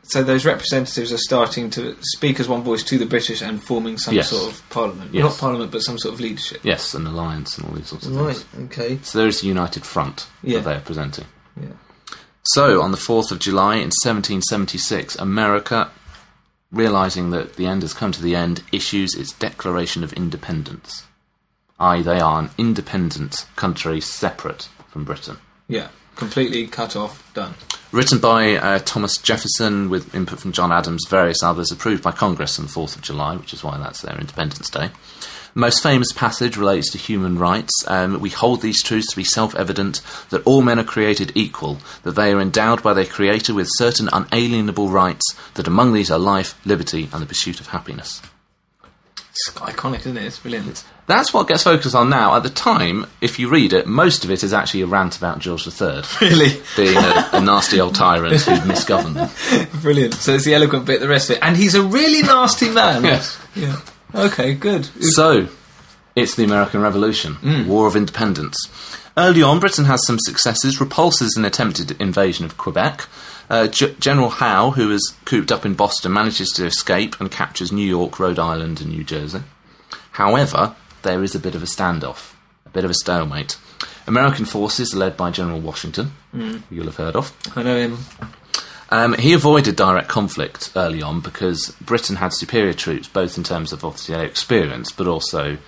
Speaker 1: so those representatives are starting to speak as one voice to the British and forming some
Speaker 2: Yes.
Speaker 1: sort of parliament,
Speaker 2: Yes.
Speaker 1: not parliament, but some sort of leadership.
Speaker 2: Yes, an alliance and all these sorts of
Speaker 1: Right.
Speaker 2: things.
Speaker 1: Okay.
Speaker 2: So there is a united front
Speaker 1: Yeah.
Speaker 2: that they are presenting.
Speaker 1: Yeah.
Speaker 2: So on the 4th of July in 1776, America, realizing that the end has come to the end, issues its Declaration of Independence. I, they are an independent country separate from Britain.
Speaker 1: Yeah. Completely cut off. Done.
Speaker 2: Written by uh, Thomas Jefferson with input from John Adams, various others, approved by Congress on the 4th of July, which is why that's their Independence Day. The most famous passage relates to human rights. Um, we hold these truths to be self evident that all men are created equal, that they are endowed by their Creator with certain unalienable rights, that among these are life, liberty, and the pursuit of happiness.
Speaker 1: It's iconic, isn't it? It's brilliant.
Speaker 2: That's what gets focused on now. At the time, if you read it, most of it is actually a rant about George III
Speaker 1: Really,
Speaker 2: being a, a nasty old tyrant who misgoverned them.
Speaker 1: brilliant. So it's the eloquent bit, the rest of it, and he's a really nasty man.
Speaker 2: Yes.
Speaker 1: Yeah. Okay. Good.
Speaker 2: So, it's the American Revolution, War of Independence. Early on, Britain has some successes, repulses an attempted invasion of Quebec. Uh, G- General Howe, who is cooped up in Boston, manages to escape and captures New York, Rhode Island, and New Jersey. However, there is a bit of a standoff, a bit of a stalemate. American forces are led by General Washington, who you'll have heard of.
Speaker 1: I know him.
Speaker 2: Um, he avoided direct conflict early on because Britain had superior troops, both in terms of obviously their experience, but also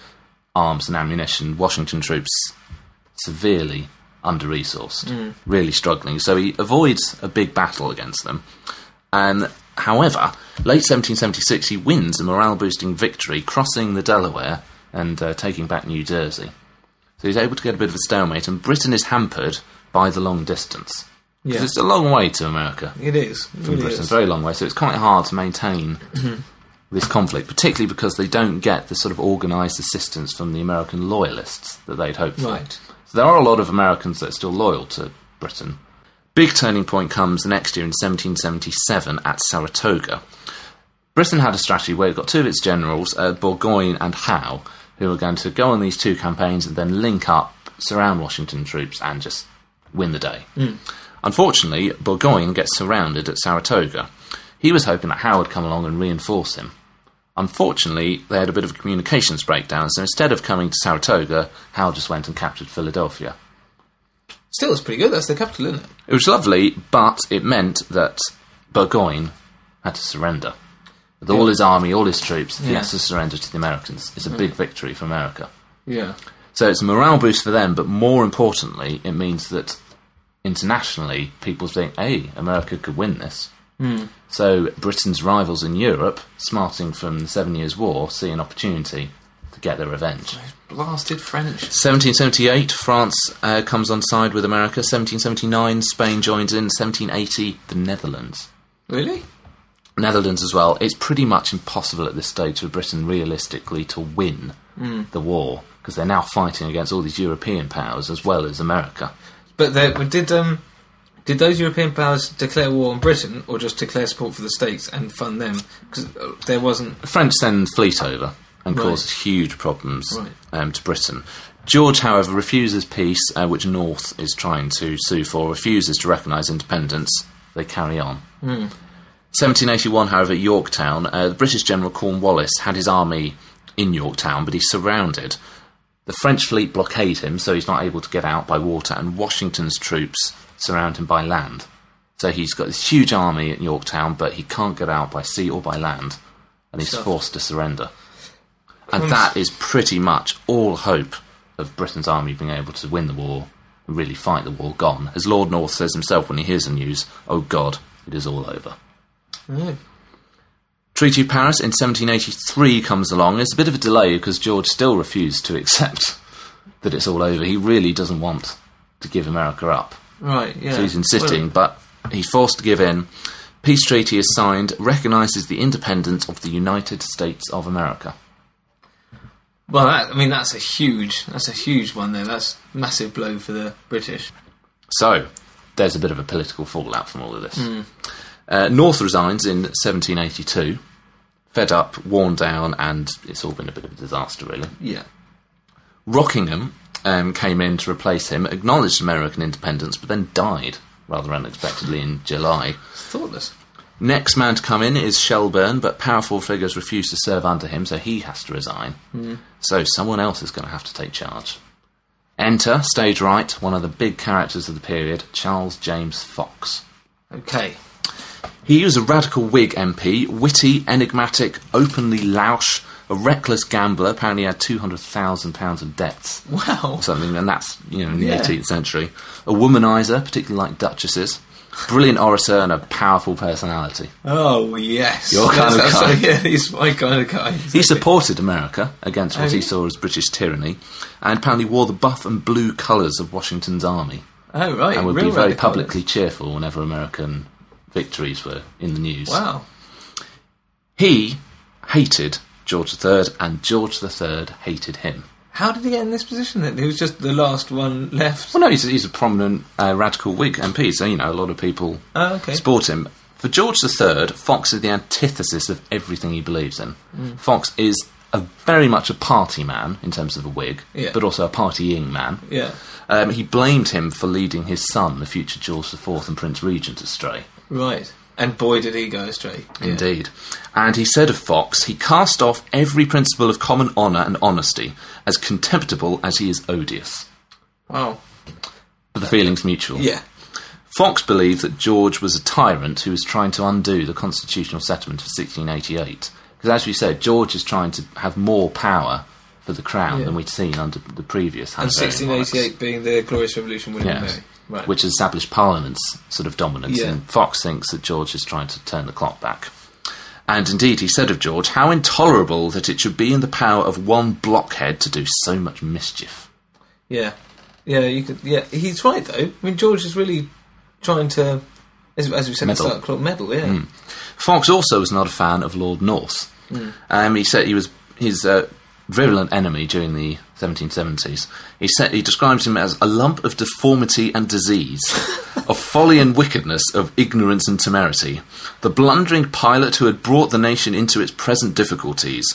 Speaker 2: arms and ammunition. Washington troops severely under resourced, really struggling. So he avoids a big battle against them. And however, late 1776, he wins a morale boosting victory, crossing the Delaware and uh, taking back New Jersey. So he's able to get a bit of a stalemate, and Britain is hampered by the long distance. 'Cause
Speaker 1: Yeah.
Speaker 2: It's a long way to America
Speaker 1: It is. It
Speaker 2: from
Speaker 1: really
Speaker 2: Britain,
Speaker 1: is. Mm-hmm.
Speaker 2: very long way. So it's quite hard to maintain this conflict, particularly because they don't get the sort of organised assistance from the American loyalists that they'd hoped for.
Speaker 1: Right.
Speaker 2: So there are a lot of Americans that are still loyal to Britain. Big turning point comes the next year in 1777 at Saratoga. Britain had a strategy where it got two of its generals, uh, Burgoyne and Howe, who were going to go on these two campaigns and then link up, surround Washington troops, and just win the day. Unfortunately, Burgoyne gets surrounded at Saratoga. He was hoping that Howe would come along and reinforce him. Unfortunately, they had a bit of a communications breakdown, so instead of coming to Saratoga, Howe just went and captured Philadelphia.
Speaker 1: Still, it's pretty good. That's the capital, isn't it?
Speaker 2: It was lovely, but it meant that Burgoyne had to surrender. With all his army, all his troops, he
Speaker 1: Yeah.
Speaker 2: has to surrender to the Americans. It's a big victory for America.
Speaker 1: Yeah.
Speaker 2: So it's a morale boost for them, but more importantly, it means that internationally people think, hey, America could win this. So Britain's rivals in Europe, smarting from the Seven Years' War, see an opportunity to get their revenge.
Speaker 1: Blasted French.
Speaker 2: 1778, France uh, comes on side with America. 1779, Spain joins in. 1780, the Netherlands.
Speaker 1: Really?
Speaker 2: Netherlands as well. It's pretty much impossible at this stage for Britain realistically to win the war because they're now fighting against all these European powers as well as America.
Speaker 1: But they, but did um, did those European powers declare war on Britain, or just declare support for the states and fund them? Because there wasn't.
Speaker 2: The French send fleet over and
Speaker 1: Right.
Speaker 2: cause huge problems
Speaker 1: Right.
Speaker 2: um, to Britain. George, however, refuses peace, uh, which North is trying to sue for, refuses to recognise independence. They carry on.
Speaker 1: Hmm.
Speaker 2: 1781, however, at Yorktown, uh, the British General Cornwallis had his army in Yorktown, but he's surrounded. The French fleet blockade him, so he's not able to get out by water, and Washington's troops surround him by land. So he's got this huge army at Yorktown, but he can't get out by sea or by land, and he's
Speaker 1: Stuff.
Speaker 2: forced to surrender. And that is pretty much all hope of Britain's army being able to win the war and really fight the war gone. As Lord North says himself when he hears the news, oh God, it is all over.
Speaker 1: No.
Speaker 2: Treaty of Paris in 1783 comes along. It's a bit of a delay because George still refused to accept that it's all over. He really doesn't want to give America up.
Speaker 1: Right. Yeah.
Speaker 2: So he's insisting,
Speaker 1: Well,
Speaker 2: but he's forced to give in. Peace treaty is signed, recognises the independence of the United States of America.
Speaker 1: well, that, I mean, that's a huge. That's a huge one there. That's massive blow for the British.
Speaker 2: So, there's a bit of a political fallout from all of this.
Speaker 1: Hmm.
Speaker 2: Uh, North resigns in 1782, fed up, worn down, and it's all been a bit of a disaster, really.
Speaker 1: Yeah.
Speaker 2: Rockingham um, came in to replace him, acknowledged American independence, but then died rather unexpectedly in July.
Speaker 1: Thoughtless.
Speaker 2: Next man to come in is Shelburne, but powerful figures refuse to serve under him, so he has to resign.
Speaker 1: Hmm.
Speaker 2: So someone else is going to have to take charge. Enter, stage right, one of the big characters of the period, Charles James Fox.
Speaker 1: Okay.
Speaker 2: He was a radical Whig MP, witty, enigmatic, openly louche, a reckless gambler. Apparently, he had two hundred thousand pounds of debts.
Speaker 1: Wow.
Speaker 2: or something, and that's you know in the
Speaker 1: Yeah.
Speaker 2: 18th century. A womanizer, particularly like duchesses, brilliant orator, and a powerful personality.
Speaker 1: Oh yes.
Speaker 2: Your kind of
Speaker 1: That's-
Speaker 2: guy.
Speaker 1: that's- Yeah, he's my kind of guy.
Speaker 2: He supported America against what
Speaker 1: Oh,
Speaker 2: he
Speaker 1: yeah.
Speaker 2: saw as British tyranny, and apparently wore the buff and blue colours of Washington's army,
Speaker 1: Oh right.
Speaker 2: and would
Speaker 1: real
Speaker 2: be very
Speaker 1: radical.
Speaker 2: publicly cheerful whenever American victories were in the news.
Speaker 1: Wow.
Speaker 2: He hated George III, and George III hated him.
Speaker 1: How did he get in this position then? He was just the last one left.
Speaker 2: Well, no, he's, he's a prominent uh, radical Whig MP, so you know a lot of people
Speaker 1: Oh, okay.
Speaker 2: support him. For George III, Fox is the antithesis of everything he believes in.
Speaker 1: Mm.
Speaker 2: Fox is a very much a party man in terms of a Whig,
Speaker 1: Yeah.
Speaker 2: but also a partying man.
Speaker 1: Yeah.
Speaker 2: Um, he blamed him for leading his son, the future George IV and Prince Regent, astray.
Speaker 1: Right. And boy, did he go astray. Yeah.
Speaker 2: Indeed. And he said of Fox, he cast off every principle of common honour and honesty, as contemptible as he is odious.
Speaker 1: Wow.
Speaker 2: But the feeling's mutual.
Speaker 1: Uh, Yeah.
Speaker 2: Fox believed that George was a tyrant who was trying to undo the constitutional settlement of 1688. Because, as we said, George is trying to have more power for the crown
Speaker 1: Yeah.
Speaker 2: than we'd seen under the previous
Speaker 1: And
Speaker 2: Hanoverian monarchs.
Speaker 1: 1688 being the Glorious Revolution, William and
Speaker 2: Yes.
Speaker 1: Mary. Right.
Speaker 2: Which established Parliament's sort of dominance,
Speaker 1: Yeah.
Speaker 2: and Fox thinks that George is trying to turn the clock back. And indeed, he said of George, how intolerable that it should be in the power of one blockhead to do so much mischief.
Speaker 1: Yeah, yeah, you could. Yeah, he's right though. I mean, George is really trying to, as, as we said, at the
Speaker 2: Meddle.
Speaker 1: start of the clock medal. Yeah,
Speaker 2: Fox also was not a fan of Lord North. Um, he said he was his uh, virulent enemy during the 1770s. He said he describes him as a lump of deformity and disease, of folly and wickedness, of ignorance and temerity, the blundering pilot who had brought the nation into its present difficulties.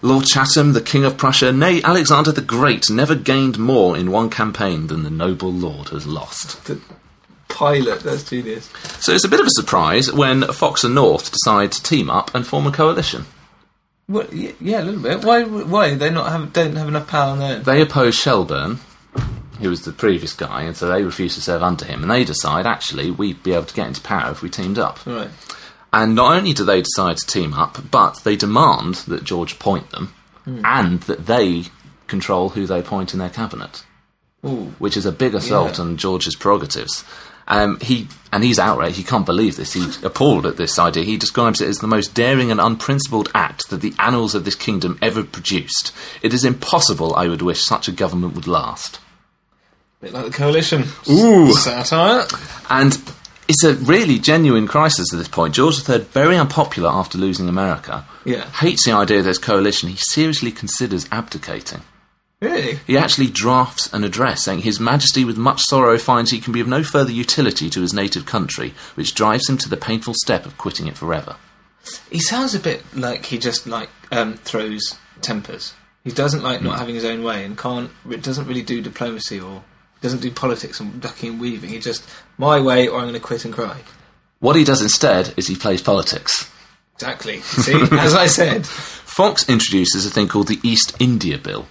Speaker 2: Lord Chatham, the King of Prussia, nay, Alexander the Great, never gained more in one campaign than the noble lord has lost.
Speaker 1: the pilot. That's genius.
Speaker 2: So it's a bit of a surprise when Fox and North decide to team up and form a coalition.
Speaker 1: Well, yeah, yeah, a little bit. Why? Why they not have don't have enough power on their?
Speaker 2: They oppose Shelburne, who was the previous guy, and so they refuse to serve under him. And they decide, actually, we'd be able to get into power if we teamed up.
Speaker 1: Right.
Speaker 2: And not only do they decide to team up, but they demand that George appoint them and that they control who they appoint in their cabinet,
Speaker 1: Ooh.
Speaker 2: which is a big assault
Speaker 1: Yeah.
Speaker 2: on George's prerogatives. Um, he and he's outraged. He can't believe this. He's appalled at this idea. He describes it as the most daring and unprincipled act that the annals of this kingdom ever produced. It is impossible. I would wish such a government would last.
Speaker 1: Bit like the coalition. Ooh. Satire.
Speaker 2: And it's a really genuine crisis at this point. George III, very unpopular after losing America,
Speaker 1: Yeah.
Speaker 2: hates the idea of this coalition. He seriously considers abdicating.
Speaker 1: Really?
Speaker 2: He actually drafts an address saying, His Majesty with much sorrow finds he can be of no further utility to his native country, which drives him to the painful step of quitting it forever.
Speaker 1: He sounds a bit like he just like um, throws tempers. He doesn't like
Speaker 2: Hmm.
Speaker 1: not having his own way and can't. It doesn't really do diplomacy or doesn't do politics and ducking and weaving. He just my way or I'm going to quit and cry.
Speaker 2: What he does instead is he plays politics.
Speaker 1: Exactly. See, as I said.
Speaker 2: Fox introduces a thing called the East India Bill.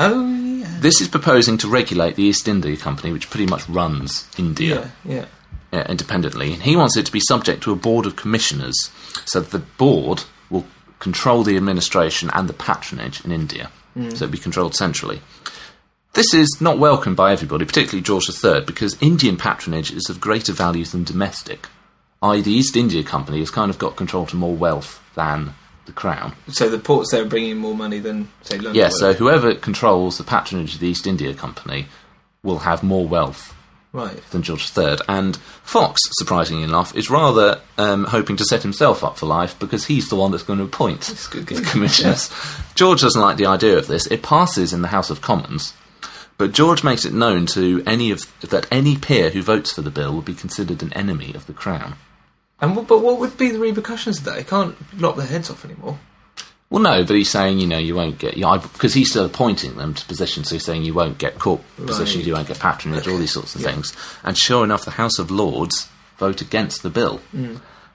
Speaker 1: Oh yeah.
Speaker 2: This is proposing to regulate the East India Company, which pretty much runs India.
Speaker 1: Yeah. Yeah.
Speaker 2: uh, independently, and he wants it to be subject to a board of commissioners, so that the board will control the administration and the patronage in India, so it'll be controlled centrally. This is not welcomed by everybody, particularly George III, because Indian patronage is of greater value than domestic, i.e., the East India Company has kind of got control to more wealth than the crown.
Speaker 1: So the ports there are bringing in more money than say London.
Speaker 2: Yeah,
Speaker 1: would.
Speaker 2: so whoever controls the patronage of the East India Company will have more wealth
Speaker 1: right.
Speaker 2: than George III. And Fox, surprisingly enough, is rather um, hoping to set himself up for life because he's the one that's going to appoint
Speaker 1: good
Speaker 2: the
Speaker 1: game.
Speaker 2: commissioners. George doesn't like the idea of this. It passes in the House of Commons, but George makes it known to any of that any peer who votes for the bill will be considered an enemy of the crown.
Speaker 1: And what, but what would be the repercussions of that? They can't lop their heads off anymore.
Speaker 2: Well, no, but he's saying, you know, you won't get, because he's still appointing them to positions, so he's saying you won't get court positions, you won't get patronage, all these sorts of things. And sure enough, the House of Lords vote against the bill.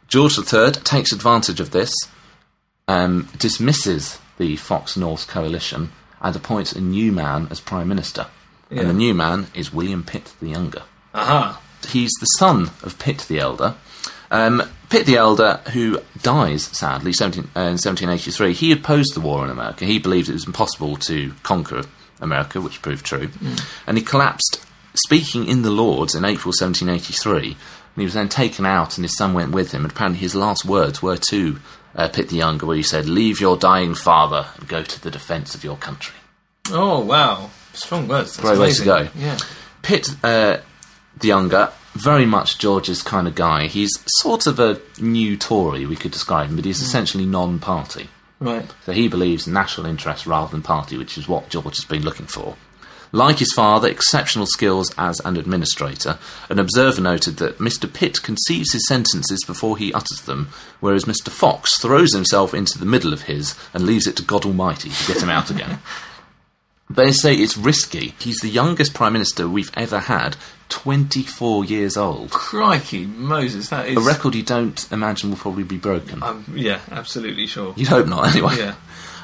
Speaker 2: George III takes advantage of this, um, dismisses the Fox North coalition, and appoints a new man as Prime Minister.
Speaker 1: Yeah.
Speaker 2: And the new man is William Pitt the Younger
Speaker 1: Aha.
Speaker 2: he's the son of Pitt the Elder. Um, Pitt the Elder, who dies sadly 17, uh, in 1783, he opposed the war in America. He believed it was impossible to conquer America, which proved true. And he collapsed, speaking in the Lords in April 1783. And he was then taken out, and his son went with him. And apparently, his last words were to uh, Pitt the Younger, where he said, Leave your dying father and go to the defence of your country.
Speaker 1: Oh wow. Strong words. That's
Speaker 2: Great way to
Speaker 1: amazing.
Speaker 2: go.
Speaker 1: Yeah.
Speaker 2: Pitt uh, the younger, very much George's kind of guy. He's sort of a new Tory, we could describe him, but
Speaker 1: Hmm.
Speaker 2: he's essentially non-party.
Speaker 1: Right.
Speaker 2: So he believes in national interest rather than party, which is what George has been looking for. Like his father, exceptional skills as an administrator. An observer noted that Mr. Pitt conceives his sentences before he utters them, whereas Mr. Fox throws himself into the middle of his and leaves it to God Almighty to get him out again. They say it's risky. He's the youngest prime minister we've ever had, 24 years old.
Speaker 1: Crikey, Moses. That is.
Speaker 2: A record you don't imagine will probably be broken.
Speaker 1: I'm Um, yeah, absolutely sure.
Speaker 2: You'd hope not, anyway.
Speaker 1: Yeah.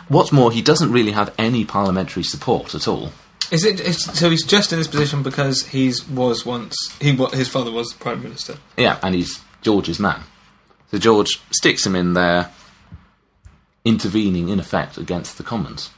Speaker 2: What's more, he doesn't really have any parliamentary support at all.
Speaker 1: Is it is, so? He's just in this position because he's was once he wa- his father was prime minister.
Speaker 2: Yeah, and he's George's man. So George sticks him in there, intervening in effect against the Commons.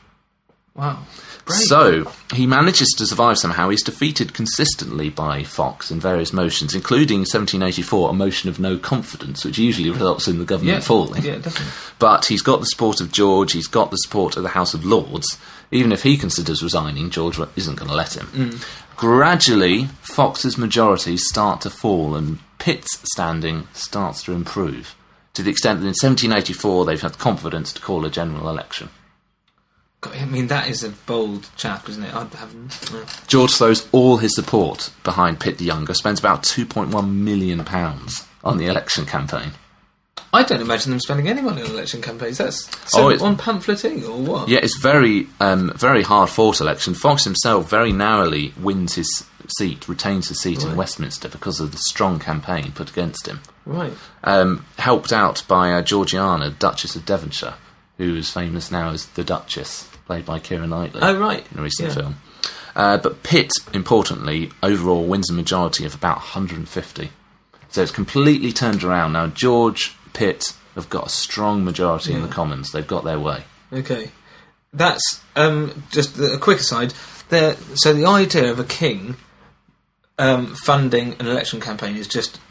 Speaker 1: Wow. Brave.
Speaker 2: So he manages to survive somehow. He's defeated consistently by Fox in various motions, including 1784, a motion of no confidence, which usually results in the government
Speaker 1: yeah,
Speaker 2: falling.
Speaker 1: Yeah, definitely.
Speaker 2: But he's got the support of George, he's got the support of the House of Lords. Even if he considers resigning, George isn't going to let him. Gradually, Fox's majorities start to fall and Pitt's standing starts to improve to the extent that in 1784 they've had confidence to call a general election.
Speaker 1: God, I mean, that is a bold chap, isn't it? I'd have.
Speaker 2: George throws all his support behind Pitt the Younger, spends about £2.1 million pounds on the election campaign.
Speaker 1: I don't imagine them spending any money on election campaigns. That's so
Speaker 2: Oh, it's-
Speaker 1: on pamphleting or what?
Speaker 2: Yeah, it's very, um, very hard fought election. Fox himself very narrowly wins his seat, retains his seat in
Speaker 1: Right.
Speaker 2: Westminster because of the strong campaign put against him.
Speaker 1: Right.
Speaker 2: Um, helped out by uh, Georgiana, Duchess of Devonshire, who is famous now as the Duchess, played by Kira Knightley.
Speaker 1: Oh, right.
Speaker 2: In a recent
Speaker 1: Yeah.
Speaker 2: film. Uh, but Pitt, importantly, overall wins a majority of about 150. So it's completely turned around. Now, George Pitt have got a strong majority in the Commons. They've got their way.
Speaker 1: Okay, that's um, just a quick aside. There, so the idea of a king um, funding an election campaign is just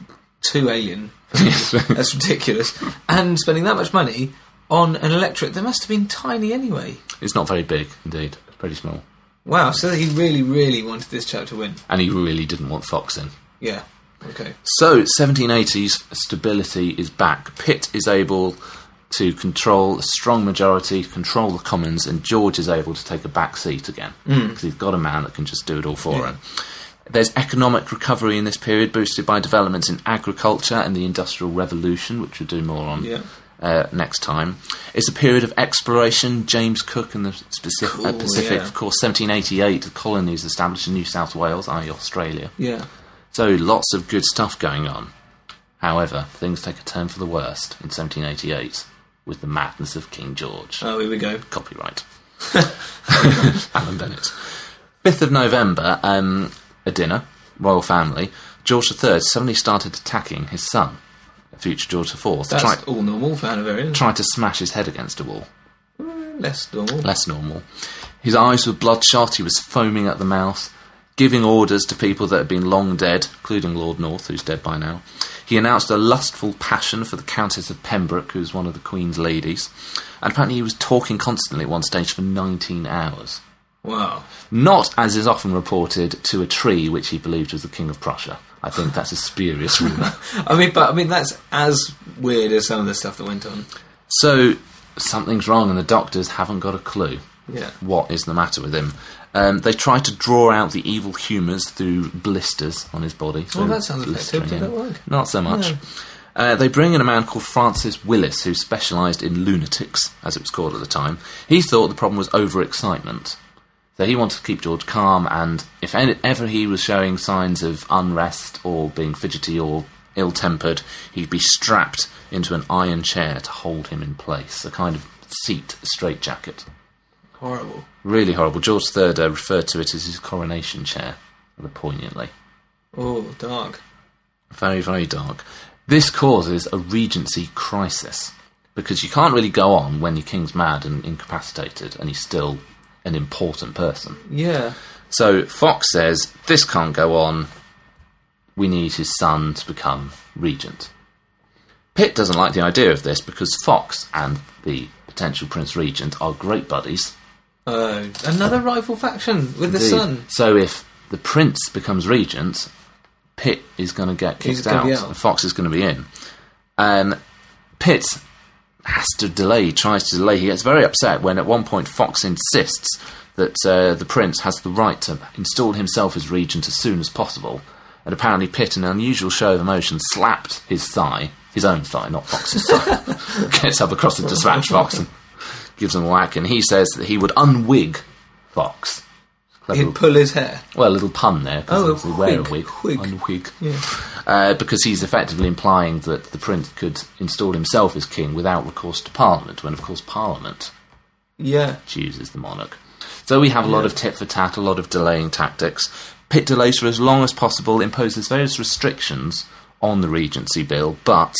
Speaker 1: too alien. for me. that's ridiculous. And spending that much money on an electorate that must have been tiny anyway.
Speaker 2: It's not very big, indeed. It's pretty small.
Speaker 1: Wow. So he really, really wanted this chap to win.
Speaker 2: And he really didn't want Fox in.
Speaker 1: Yeah. Okay.
Speaker 2: So, 1780s stability is back. Pitt is able to control a strong majority, control the Commons, and George is able to take a back seat again
Speaker 1: Hmm.
Speaker 2: because he's got a man that can just do it all for him. There's economic recovery in this period, boosted by developments in agriculture and the Industrial Revolution, which we'll do more on
Speaker 1: Yeah.
Speaker 2: uh, next time. It's a period of exploration. James Cook and the specific, uh,
Speaker 1: Cool,
Speaker 2: Pacific,
Speaker 1: yeah.
Speaker 2: of course, 1788, the colonies established in New South Wales, i.e., Australia.
Speaker 1: Yeah.
Speaker 2: So lots of good stuff going on. However, things take a turn for the worst in 1788 with the madness of King George.
Speaker 1: Oh, here we go.
Speaker 2: Copyright. Alan Bennett. 5th of November, um, a dinner, royal family. George III suddenly started attacking his son, future George IV.
Speaker 1: That's
Speaker 2: Tried,
Speaker 1: all normal for Hanoverian.
Speaker 2: tried to smash his head against a wall.
Speaker 1: Less normal.
Speaker 2: Less normal. His eyes were bloodshot, he was foaming at the mouth, giving orders to people that had been long dead, including Lord North, who's dead by now. He announced a lustful passion for the Countess of Pembroke, who was one of the Queen's ladies, and apparently he was talking constantly at one stage for 19 hours.
Speaker 1: wow.
Speaker 2: Not, as is often reported, to a tree which he believed was the King of Prussia. I think that's a spurious rumour.
Speaker 1: I mean, but I mean that's as weird as some of the stuff that went on.
Speaker 2: So something's wrong, and the doctors haven't got a clue.
Speaker 1: Yeah.
Speaker 2: What is the matter with him? Um, they try to draw out the evil humours through blisters on his body. So
Speaker 1: Oh, that sounds effective. Did
Speaker 2: blistering,
Speaker 1: that
Speaker 2: yeah.
Speaker 1: work?
Speaker 2: Not so much.
Speaker 1: No.
Speaker 2: Uh, they bring in a man called Francis Willis, who specialised in lunatics, as it was called at the time. He thought the problem was overexcitement. So he wanted to keep George calm, and if any, ever he was showing signs of unrest or being fidgety or ill tempered, he'd be strapped into an iron chair to hold him in place, a kind of seat straitjacket.
Speaker 1: Horrible.
Speaker 2: Really horrible. George III uh, referred to it as his coronation chair, rather poignantly.
Speaker 1: Oh, dark.
Speaker 2: Very, very dark. This causes a regency crisis because you can't really go on when your king's mad and incapacitated and he's still an important person.
Speaker 1: Yeah.
Speaker 2: So Fox says, This can't go on. We need his son to become regent. Pitt doesn't like the idea of this because Fox and the potential Prince Regent are great buddies.
Speaker 1: Oh, another rival faction with the
Speaker 2: Indeed.
Speaker 1: sun.
Speaker 2: So if the Prince becomes regent, Pitt is going to get
Speaker 1: He's
Speaker 2: kicked
Speaker 1: gonna
Speaker 2: out,
Speaker 1: be out.
Speaker 2: and Fox is going to be in. And Pitt has to delay, tries to delay. He gets very upset when at one point Fox insists that uh, the Prince has the right to install himself as regent as soon as possible. And apparently, Pitt, in an unusual show of emotion, slapped his thigh, his own thigh, not Fox's thigh. Gets up across the dispatch box and gives him a whack. And he says that he would unwig Fox. Clever-
Speaker 1: He'd pull his hair.
Speaker 2: well, a little pun there. 'cause
Speaker 1: Oh,
Speaker 2: he's aware of
Speaker 1: whig,
Speaker 2: wig.
Speaker 1: whig.
Speaker 2: On wig.
Speaker 1: Yeah.
Speaker 2: Uh, because he's effectively implying that the prince could install himself as king without recourse to parliament, when of course parliament
Speaker 1: Yeah.
Speaker 2: chooses the monarch. So we have a lot of tit for tat, a lot of delaying tactics. Pitt delays for as long as possible, imposes various restrictions on the Regency Bill, but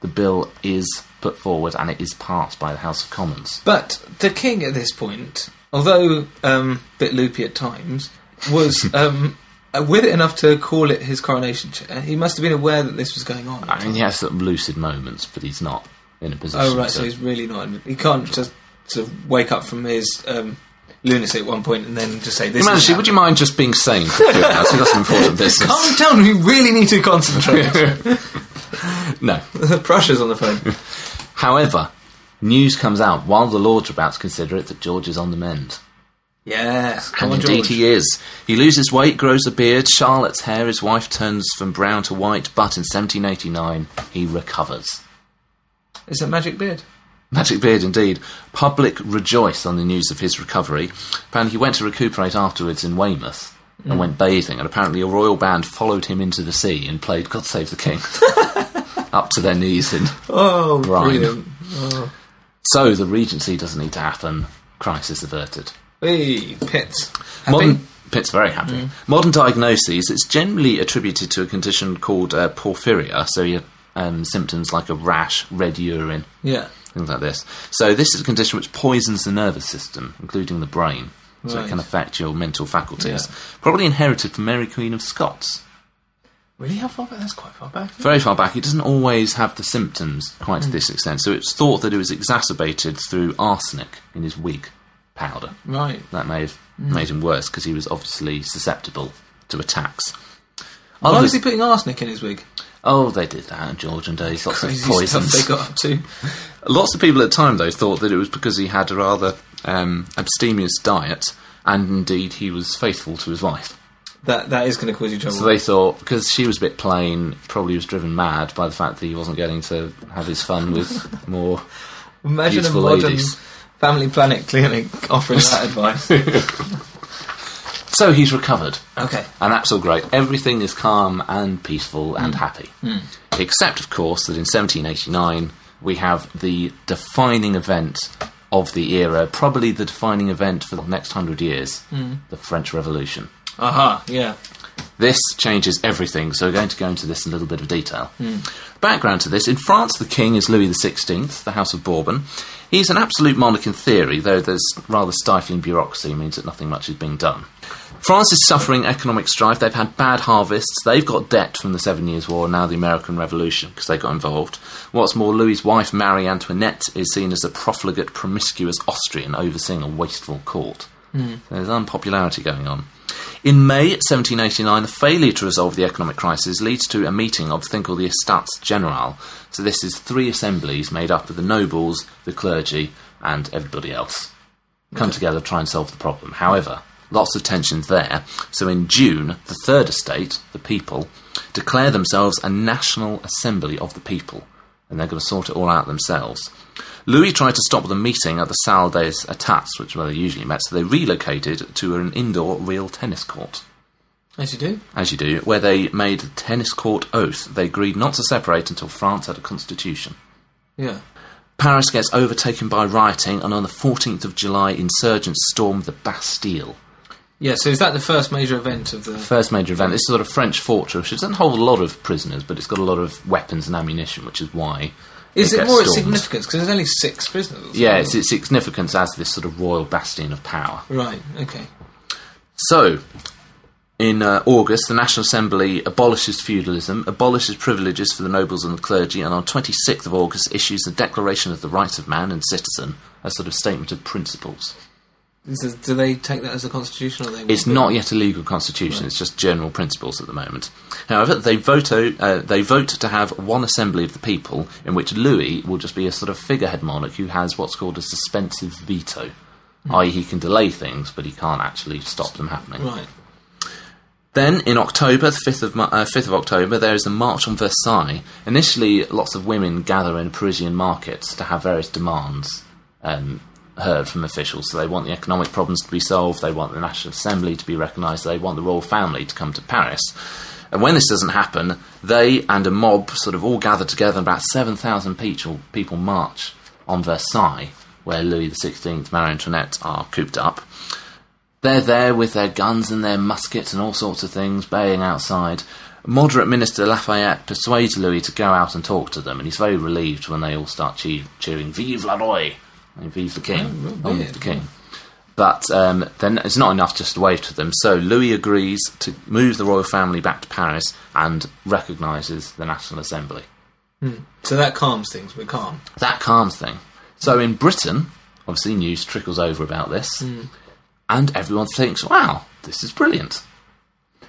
Speaker 2: the bill is put forward and it is passed by the House of Commons.
Speaker 1: But the king at this point although um, bit loopy at times, was um, uh, with it enough to call it his coronation chair. He must have been aware that this was going on.
Speaker 2: I mean, he has some lucid moments, but he's not in a position.
Speaker 1: oh right,
Speaker 2: to-
Speaker 1: so he's really not. He can't just sort of wake up from his um, lunacy at one point and then just say this. is
Speaker 2: Managely, would
Speaker 1: happening."
Speaker 2: you mind just being sane for a few hours? We've got some important business.
Speaker 1: Calm down. We really need to concentrate.
Speaker 2: No.
Speaker 1: the pressure's on the phone.
Speaker 2: However, news comes out while the Lords are about to consider it that George is on the mend.
Speaker 1: Yes, come
Speaker 2: And
Speaker 1: on,
Speaker 2: indeed
Speaker 1: George.
Speaker 2: he is. He loses weight, grows a beard, Charlotte's hair, his wife turns from brown to white, but in 1789 he recovers.
Speaker 1: It's a magic beard.
Speaker 2: Magic Beard, indeed. Public rejoiced on the news of his recovery. Apparently, he went to recuperate afterwards in Weymouth
Speaker 1: Mm.
Speaker 2: and went bathing, and apparently, a royal band followed him into the sea and played God Save the King up to their knees in.
Speaker 1: Oh,
Speaker 2: Brine.
Speaker 1: brilliant. Oh,
Speaker 2: So, the Regency doesn't need to happen. Crisis averted.
Speaker 1: Hey, Pitts.
Speaker 2: Modern, Pitt's very happy.
Speaker 1: Mm.
Speaker 2: Modern diagnoses, it's generally attributed to a condition called uh, porphyria, so you have um, symptoms like a rash, red urine,
Speaker 1: Yeah.
Speaker 2: things like this. So this is a condition which poisons the nervous system, including the brain. So
Speaker 1: Right.
Speaker 2: it can affect your mental faculties.
Speaker 1: Yeah.
Speaker 2: Probably inherited from Mary Queen of Scots.
Speaker 1: Really? How far back? That's quite far back.
Speaker 2: Very far back, it doesn't always have the symptoms quite to
Speaker 1: Mm.
Speaker 2: this extent. So it's thought that it was exacerbated through arsenic in his wig powder.
Speaker 1: Right.
Speaker 2: That may have
Speaker 1: Mm.
Speaker 2: made him worse because he was obviously susceptible to attacks.
Speaker 1: Why
Speaker 2: Others-
Speaker 1: was he putting arsenic in his wig?
Speaker 2: oh, they did that in Georgian days. Lots of
Speaker 1: Crazy
Speaker 2: poisons.
Speaker 1: stuff they got up to.
Speaker 2: Lots of people at the time, though, thought that it was because he had a rather um, abstemious diet, and indeed he was faithful to his wife.
Speaker 1: That that is going to cause you trouble.
Speaker 2: So they thought, because she was a bit plain, probably was driven mad by the fact that he wasn't getting to have his fun with more.
Speaker 1: Imagine a
Speaker 2: beautiful
Speaker 1: modern
Speaker 2: ladies.
Speaker 1: Family Planet clinic offering that advice.
Speaker 2: So he's recovered,
Speaker 1: Okay.
Speaker 2: and that's all great. Everything is calm and peaceful and happy. Except, of course, that in 1789 we have the defining event of the era, probably the defining event for the next hundred years the French Revolution.
Speaker 1: Aha. Yeah.
Speaker 2: This changes everything, so we're going to go into this in a little bit of detail. Background to this in France, the king is Louis XVI, the House of Bourbon. He's an absolute monarch in theory, though there's rather stifling bureaucracy, means that nothing much is being done. France is suffering economic strife. They've had bad harvests. They've got debt from the Seven Years' War and now the American Revolution because they got involved. What's more, Louis's wife, Marie Antoinette, is seen as a profligate, promiscuous Austrian overseeing a wasteful court. So there's unpopularity going on. In May 1789, the failure to resolve the economic crisis leads to a meeting of a thing called the Estates Generales. So this is three assemblies made up of the nobles, the clergy, and everybody else come together to try and solve the problem. However, lots of tensions there. So in June, the Third Estate, the people, declare themselves a National Assembly of the People, and they're going to sort it all out themselves. Louis tried to stop the meeting at the Salle des Etats, which is where they usually met, so they relocated to an indoor real tennis court
Speaker 1: As you do.
Speaker 2: as you do, where they made the tennis court oath. They agreed not to separate until France had a constitution.
Speaker 1: Yeah.
Speaker 2: Paris gets overtaken by rioting, and on the 14th of July, insurgents storm the Bastille.
Speaker 1: Yeah. So is that the first major event of the?
Speaker 2: First major event. This is sort of French fortress. It doesn't hold a lot of prisoners, but it's got a lot of weapons and ammunition, which is why.
Speaker 1: Is it
Speaker 2: gets
Speaker 1: more its
Speaker 2: stormed.
Speaker 1: significance? Because there's only six prisoners.
Speaker 2: Yeah, it's, its significance as this sort of royal bastion of power.
Speaker 1: Right. Okay.
Speaker 2: So, in uh, August, the National Assembly abolishes feudalism, abolishes privileges for the nobles and the clergy, and on 26th of August issues the Declaration of the Rights of Man and Citizen, a sort of statement of principles.
Speaker 1: Is it- do they take that as a constitution or they?
Speaker 2: It's not yet a legal constitution; it's just general principles at the moment. However, they vote o- uh, they vote to have one assembly of the people, in which Louis will just be a sort of figurehead monarch who has what's called a suspensive veto, i.e., he can delay things, but he can't actually stop them happening.
Speaker 1: Right.
Speaker 2: Then in October, the 5th of, Mar- uh, 5th of October, there is the March on Versailles. Initially, lots of women gather in Parisian markets to have various demands um, heard from officials. So they want the economic problems to be solved, they want the National Assembly to be recognised, they want the royal family to come to Paris. And when this doesn't happen, they and a mob sort of all gather together, and about 7,000 people, people march on Versailles, where Louis XVI, Marie Antoinette are cooped up. They're there with their guns and their muskets and all sorts of things, baying outside. Moderate Minister Lafayette persuades Louis to go out and talk to them, and he's very relieved when they all start che- cheering "Vive la Roi!" and "Vive the King!"
Speaker 1: Oh,
Speaker 2: "On
Speaker 1: weird.
Speaker 2: with the King!" But um, then it's not enough just to wave to them. So Louis agrees to move the royal family back to Paris and recognises the National Assembly.
Speaker 1: So that calms things. We're calm.
Speaker 2: That calms thing. So in Britain, obviously news trickles over about this, and everyone thinks, wow, this is brilliant.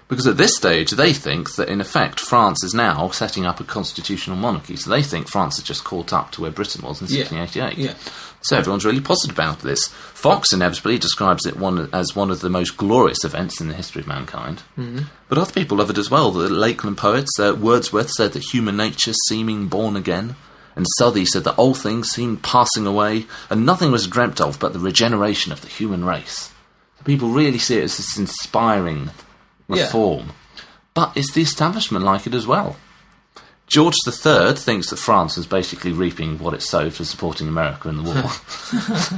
Speaker 2: Because at this stage, they think that in effect France is now setting up a constitutional monarchy. So they think France has just caught up to where Britain was in
Speaker 1: Yeah.
Speaker 2: 1688.
Speaker 1: Yeah.
Speaker 2: So everyone's really positive about this. Fox inevitably describes it one, as one of the most glorious events in the history of mankind.
Speaker 1: Mm-hmm.
Speaker 2: mm But other people love it as well. The Lakeland poets, uh, Wordsworth said that human nature seeming born again, and Southey said that all things seemed passing away, and nothing was dreamt of but the regeneration of the human race. People really see it as this inspiring
Speaker 1: Yeah.
Speaker 2: reform. But is the establishment like it as well? George III thinks that France was basically reaping what it sowed for supporting America in the war.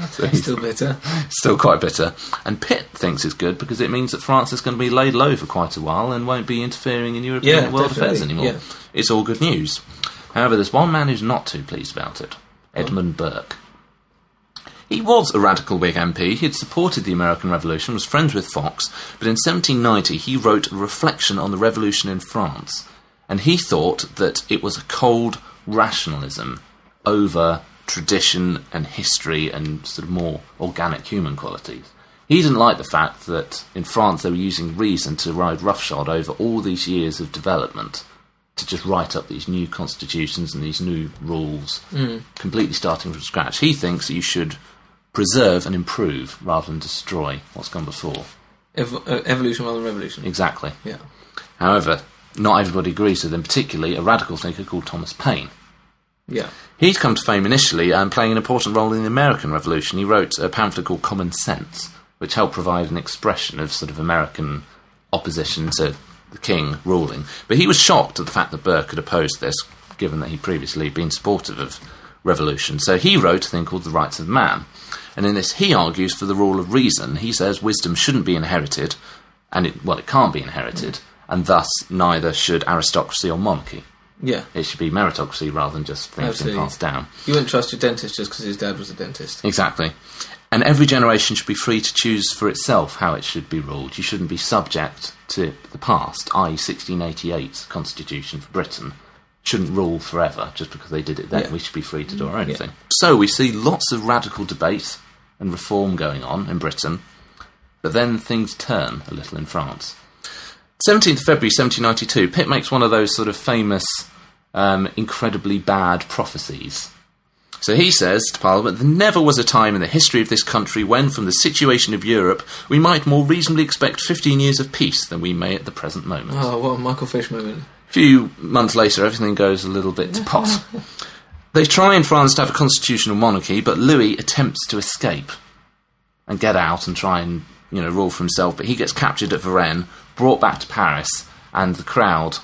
Speaker 2: so he's
Speaker 1: Still bitter.
Speaker 2: still quite bitter. And Pitt thinks it's good because it means that France is going to be laid low for quite a while and won't be interfering in European
Speaker 1: Yeah,
Speaker 2: world
Speaker 1: definitely,
Speaker 2: affairs anymore.
Speaker 1: yeah.
Speaker 2: It's all good news. However, there's one man who's not too pleased about it Edmund Burke. He was a radical Whig MP. He had supported the American Revolution, was friends with Fox, but in 1790 he wrote a reflection on the revolution in France, and he thought that it was a cold rationalism over tradition and history and sort of more organic human qualities. He didn't like the fact that in France they were using reason to ride roughshod over all these years of development to just write up these new constitutions and these new rules, completely starting from scratch. He thinks that you should preserve and improve rather than destroy what's gone before.
Speaker 1: Ev- uh, evolution rather than revolution.
Speaker 2: Exactly.
Speaker 1: Yeah.
Speaker 2: However, not everybody agrees with him, particularly a radical thinker called Thomas Paine.
Speaker 1: Yeah.
Speaker 2: He's come to fame initially um, playing an important role in the American Revolution. He wrote a pamphlet called Common Sense, which helped provide an expression of sort of American opposition to the king ruling. But he was shocked at the fact that Burke had opposed this, given that he'd previously been supportive of revolution. So he wrote a thing called The Rights of Man. And in this, he argues for the rule of reason. He says wisdom shouldn't be inherited, and it, well, it can't be inherited, and thus neither should aristocracy or monarchy.
Speaker 1: Yeah.
Speaker 2: It should be meritocracy rather than just things
Speaker 1: Absolutely.
Speaker 2: being passed down.
Speaker 1: You wouldn't trust your dentist just because his dad was a dentist.
Speaker 2: Exactly. And every generation should be free to choose for itself how it should be ruled. You shouldn't be subject to the past, i.e., 1688's constitution for Britain. Shouldn't rule forever just because they did it then.
Speaker 1: Yeah.
Speaker 2: We should be free to do our own thing. So we see lots of radical debate and reform going on in Britain, but then things turn a little in France. 17th of February 1792, Pitt makes one of those sort of famous, um, incredibly bad prophecies. So he says to Parliament, There never was a time in the history of this country when, from the situation of Europe, we might more reasonably expect 15 years of peace than we may at the present moment.
Speaker 1: Oh, what a Michael Fish moment.
Speaker 2: A few months later, everything goes a little bit to pot. they try in France to have a constitutional monarchy, but Louis attempts to escape and get out and try and you know rule for himself. But he gets captured at Varennes, brought back to Paris, and the crowd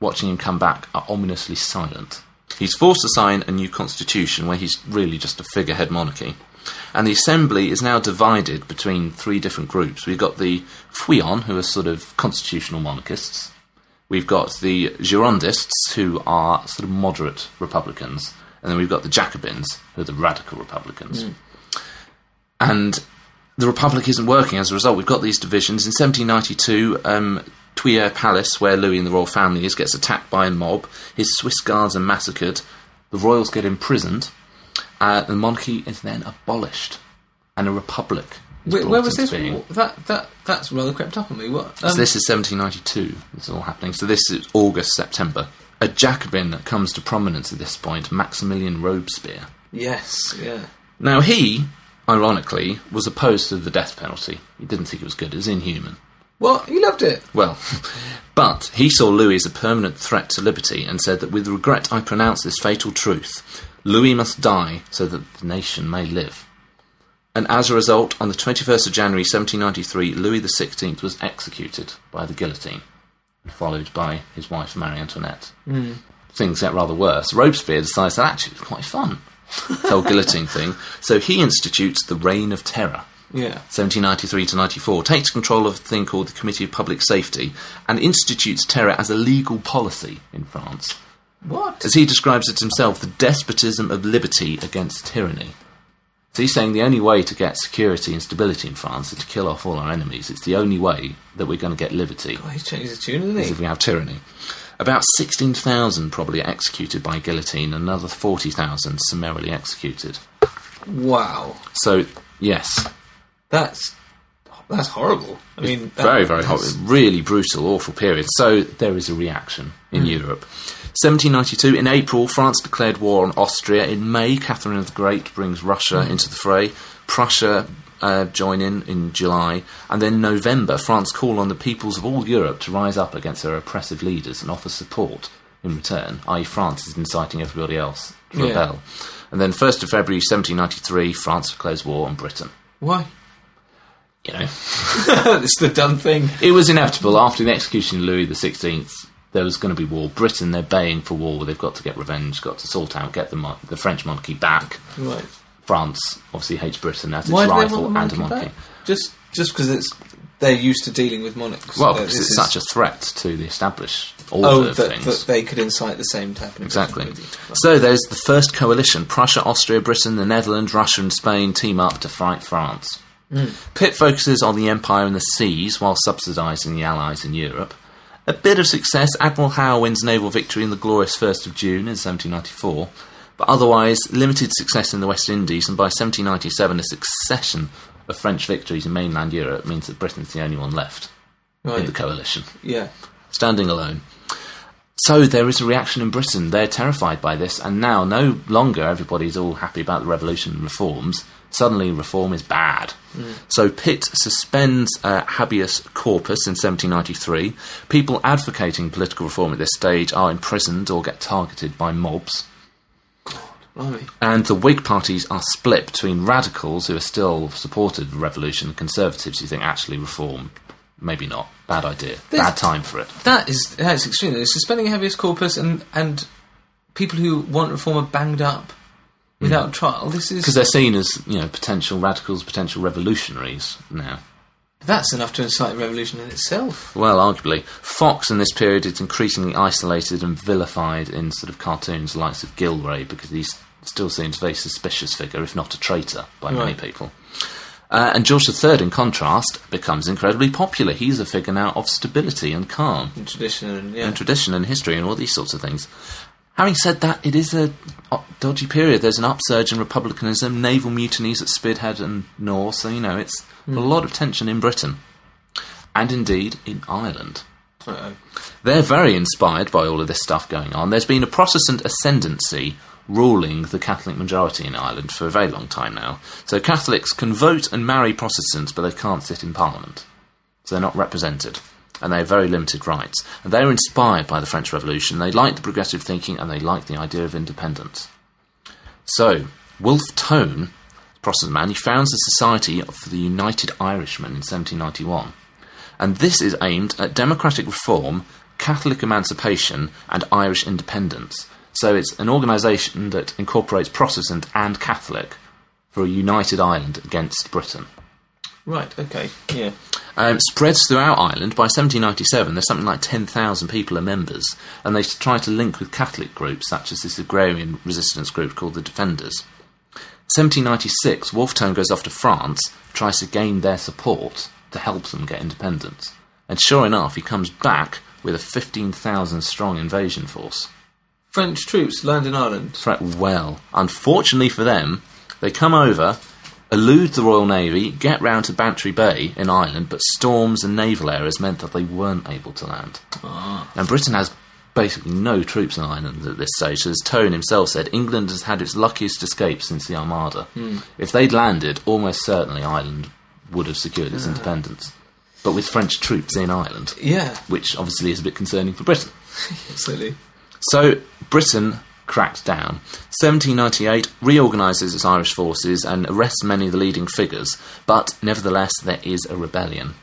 Speaker 2: watching him come back are ominously silent. He's forced to sign a new constitution where he's really just a figurehead monarchy. And the assembly is now divided between three different groups. We've got the Fouillon, who are sort of constitutional monarchists. We've got the Girondists, who are sort of moderate Republicans. And then we've got the Jacobins, who are the radical Republicans
Speaker 1: Hmm.
Speaker 2: and the Republic isn't working. As a result, we've got these divisions. In 1792, um, Tuileries Palace, where Louis and the royal family is, gets attacked by a mob. His Swiss guards are massacred. The royals get imprisoned. Uh, the monarchy is then abolished, and a republic. Is
Speaker 1: Wait,
Speaker 2: brought
Speaker 1: where was
Speaker 2: into
Speaker 1: this?
Speaker 2: Being.
Speaker 1: That that that's rather crept up on me. What?
Speaker 2: So
Speaker 1: Um,
Speaker 2: this is 1792. This is all happening. So this is August, September. A Jacobin comes to prominence at this point, Maximilian Robespierre.
Speaker 1: Yes. Yeah.
Speaker 2: Now, he, ironically, was opposed to the death penalty. He didn't think it was good, it was inhuman.
Speaker 1: What? He loved it.
Speaker 2: Well, but he saw Louis as a permanent threat to liberty and said that with regret I pronounce this fatal truth. Louis must die so that the nation may live. And as a result, on the 21st of January 1793, Louis XVI was executed by the guillotine, followed by his wife Marie Antoinette.
Speaker 1: Hmm.
Speaker 2: Things get rather worse. Robespierre decides that actually it was quite fun, this whole guillotine thing. So he institutes the Reign of Terror.
Speaker 1: Yeah.
Speaker 2: 1793 to 94, takes control of a thing called the Committee of Public Safety and institutes terror as a legal policy in France.
Speaker 1: What?
Speaker 2: As he describes it himself, the despotism of liberty against tyranny. So he's saying the only way to get security and stability in France is to kill off all our enemies. It's the only way that we're going to get liberty
Speaker 1: Well, Oh, he's changed his tune, isn't
Speaker 2: is if
Speaker 1: he?
Speaker 2: we have tyranny. About 16,000 probably executed by guillotine, another 40,000 summarily executed.
Speaker 1: Wow,
Speaker 2: So, yes,
Speaker 1: that's that's horrible. I mean, that-
Speaker 2: very, very hot,
Speaker 1: that's-
Speaker 2: Um, really brutal, awful period. So there is a reaction in Europe. 1792, in April, France declared war on Austria. In May, Catherine the Great brings Russia into the fray. Prussia uh, join in in July. And then November, France call on the peoples of all Europe to rise up against their oppressive leaders and offer support in return, i.e., France is inciting everybody else to
Speaker 1: Yeah.
Speaker 2: rebel. And then 1st of February 1793, France declares war on Britain.
Speaker 1: Why?
Speaker 2: You know,
Speaker 1: it's the done thing.
Speaker 2: It was inevitable. After the execution of Louis XVI, there was going to be war. Britain, they're baying for war. They've got to get revenge, got to sort out, get the, mon- the French monarchy back.
Speaker 1: Right.
Speaker 2: France obviously hates Britain as its
Speaker 1: Why do they
Speaker 2: rival
Speaker 1: want the
Speaker 2: and a
Speaker 1: monarchy
Speaker 2: monarchy.
Speaker 1: back? Just just because it's they're used to dealing with monarchs.
Speaker 2: Well,
Speaker 1: Uh,
Speaker 2: because
Speaker 1: this
Speaker 2: it's
Speaker 1: is-
Speaker 2: such a threat to the established order
Speaker 1: oh
Speaker 2: of
Speaker 1: that,
Speaker 2: things.
Speaker 1: that they could incite the same type of
Speaker 2: Exactly.
Speaker 1: activity.
Speaker 2: So there's the first coalition Prussia, Austria, Britain, the Netherlands, Russia, and Spain team up to fight France. Pitt focuses on the empire and the seas while subsidising the Allies in Europe. A bit of success, Admiral Howe wins naval victory in the glorious 1st of June in 1794, but otherwise limited success in the West Indies, and by 1797, a succession of French victories in mainland Europe means that Britain's the only one left in
Speaker 1: Right.
Speaker 2: the coalition
Speaker 1: Yeah.
Speaker 2: standing alone. So there is a reaction in Britain. They're terrified by this, and now no longer everybody's all happy about the revolution and reforms. Suddenly, reform is bad. So Pitt suspends uh, habeas corpus in 1793. People advocating political reform at this stage are imprisoned or get targeted by mobs.
Speaker 1: Blimey.
Speaker 2: And the Whig parties are split between radicals who are still supported the revolution and conservatives who think actually reform, maybe not, bad idea,
Speaker 1: There's-
Speaker 2: bad time for it.
Speaker 1: That is that's extremely it's suspending habeas corpus and and people who want reform are banged up without trial. This
Speaker 2: because
Speaker 1: is
Speaker 2: Hmm. they're seen as you know potential radicals, potential revolutionaries now.
Speaker 1: that's enough to incite a revolution in itself.
Speaker 2: Well, arguably, Fox in this period is increasingly isolated and vilified in sort of cartoons, the likes of Gilray, because he's still seen as a very suspicious figure, if not a traitor, by many
Speaker 1: Right.
Speaker 2: people. Uh, and George III, in contrast, becomes incredibly popular. He's a figure now of stability and calm
Speaker 1: in Tradition and yeah.
Speaker 2: and tradition and history and all these sorts of things. Having said that, it is a o- dodgy period. There's an upsurge in republicanism, naval mutinies at Spithead and North, so you know it's
Speaker 1: Hmm.
Speaker 2: a lot of tension in Britain and indeed in Ireland.
Speaker 1: Uh-oh.
Speaker 2: They're very inspired by all of this stuff going on. There's been a Protestant ascendancy ruling the Catholic majority in Ireland for a very long time now. So Catholics can vote and marry Protestants, but they can't sit in Parliament. So they're not represented. And they have very limited rights. And they're inspired by the French Revolution. They like the progressive thinking and they like the idea of independence. So, Wolfe Tone, Protestant man, he founds the Society of the United Irishmen in 1791 and this is aimed at democratic reform, Catholic emancipation, and Irish independence. So it's an organisation that incorporates Protestant and Catholic for a united Ireland against Britain.
Speaker 1: Right, okay. Yeah.
Speaker 2: Um, spreads throughout Ireland. By 1797, there's something like 10,000 people are members, and they try to link with Catholic groups such as this agrarian resistance group called the Defenders. 1796, Wolfetown goes off to France, tries to gain their support to help them get independence. And sure enough, he comes back with a 15,000 strong invasion force.
Speaker 1: French troops land in Ireland.
Speaker 2: Threat well. Unfortunately for them, they come over, elude the Royal Navy, get round to Bantry Bay in Ireland, but storms and naval errors meant that they weren't able to land. And Britain has basically no troops in Ireland at this stage. So as Tone himself said, England has had its luckiest escape since the Armada. If they'd landed, almost certainly Ireland would have secured its independence. But with French troops in Ireland,
Speaker 1: Yeah,
Speaker 2: which obviously is a bit concerning for Britain.
Speaker 1: absolutely.
Speaker 2: So Britain cracks down. 1798 reorganises its Irish forces and arrests many of the leading figures, but nevertheless there is a rebellion.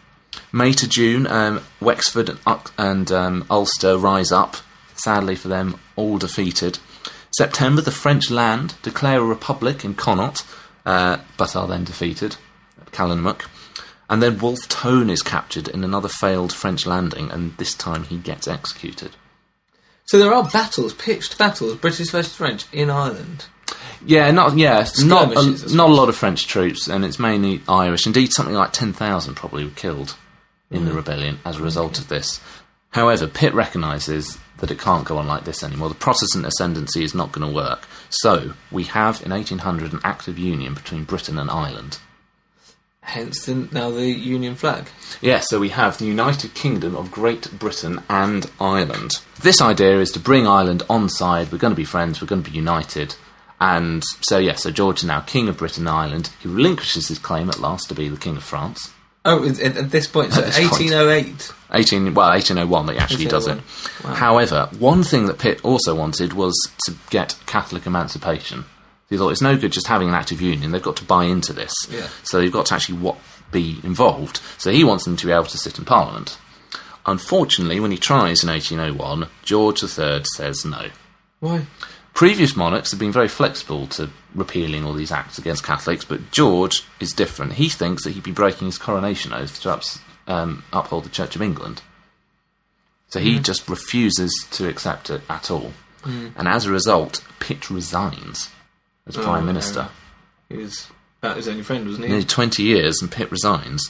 Speaker 2: May to June, um, Wexford and, Uc- and um, Ulster rise up. Sadly for them, all defeated. September, the French land declare a republic in Connaught, uh, but are then defeated at Callanmuck. And then Wolfe Tone is captured in another failed French landing, and this time he gets executed.
Speaker 1: So there are battles, pitched battles, British versus French, in Ireland.
Speaker 2: Yeah, not yeah, not
Speaker 1: Skirmishes, I
Speaker 2: a, not a lot of French troops, and it's mainly Irish. Indeed, something like ten thousand probably were killed in the rebellion as a result of this. However, Pitt recognises that it can't go on like this anymore. The Protestant ascendancy is not going to work. So we have in 1800 an act of union between Britain and Ireland.
Speaker 1: Hence the, now the Union flag.
Speaker 2: Yeah, so we have the United Kingdom of Great Britain and Ireland. This idea is to bring Ireland on side. We're going to be friends. We're going to be united. And so, yeah, so George is now King of Britain and Ireland. He relinquishes his claim at last to be the King of France.
Speaker 1: Oh, it's- at, at this point, so
Speaker 2: At this point.
Speaker 1: 1808.
Speaker 2: 18, well, 1801, that he actually does it.
Speaker 1: 1801. Wow.
Speaker 2: However, one thing that Pitt also wanted was to get Catholic emancipation. He thought it's no good just having an active union, they've got to buy into this.
Speaker 1: Yeah.
Speaker 2: So they've got to actually what, be involved. So he wants them to be able to sit in Parliament. Unfortunately, when he tries in 1801, George III says no.
Speaker 1: Why?
Speaker 2: Previous monarchs have been very flexible to repealing all these acts against Catholics, but George is different. He thinks that he'd be breaking his coronation oath to ups, um, uphold the Church of England. So he just refuses to accept it at all. And as a result, Pitt resigns as Prime Minister.
Speaker 1: He was about his only friend, wasn't he?
Speaker 2: Nearly 20 years, and Pitt resigns.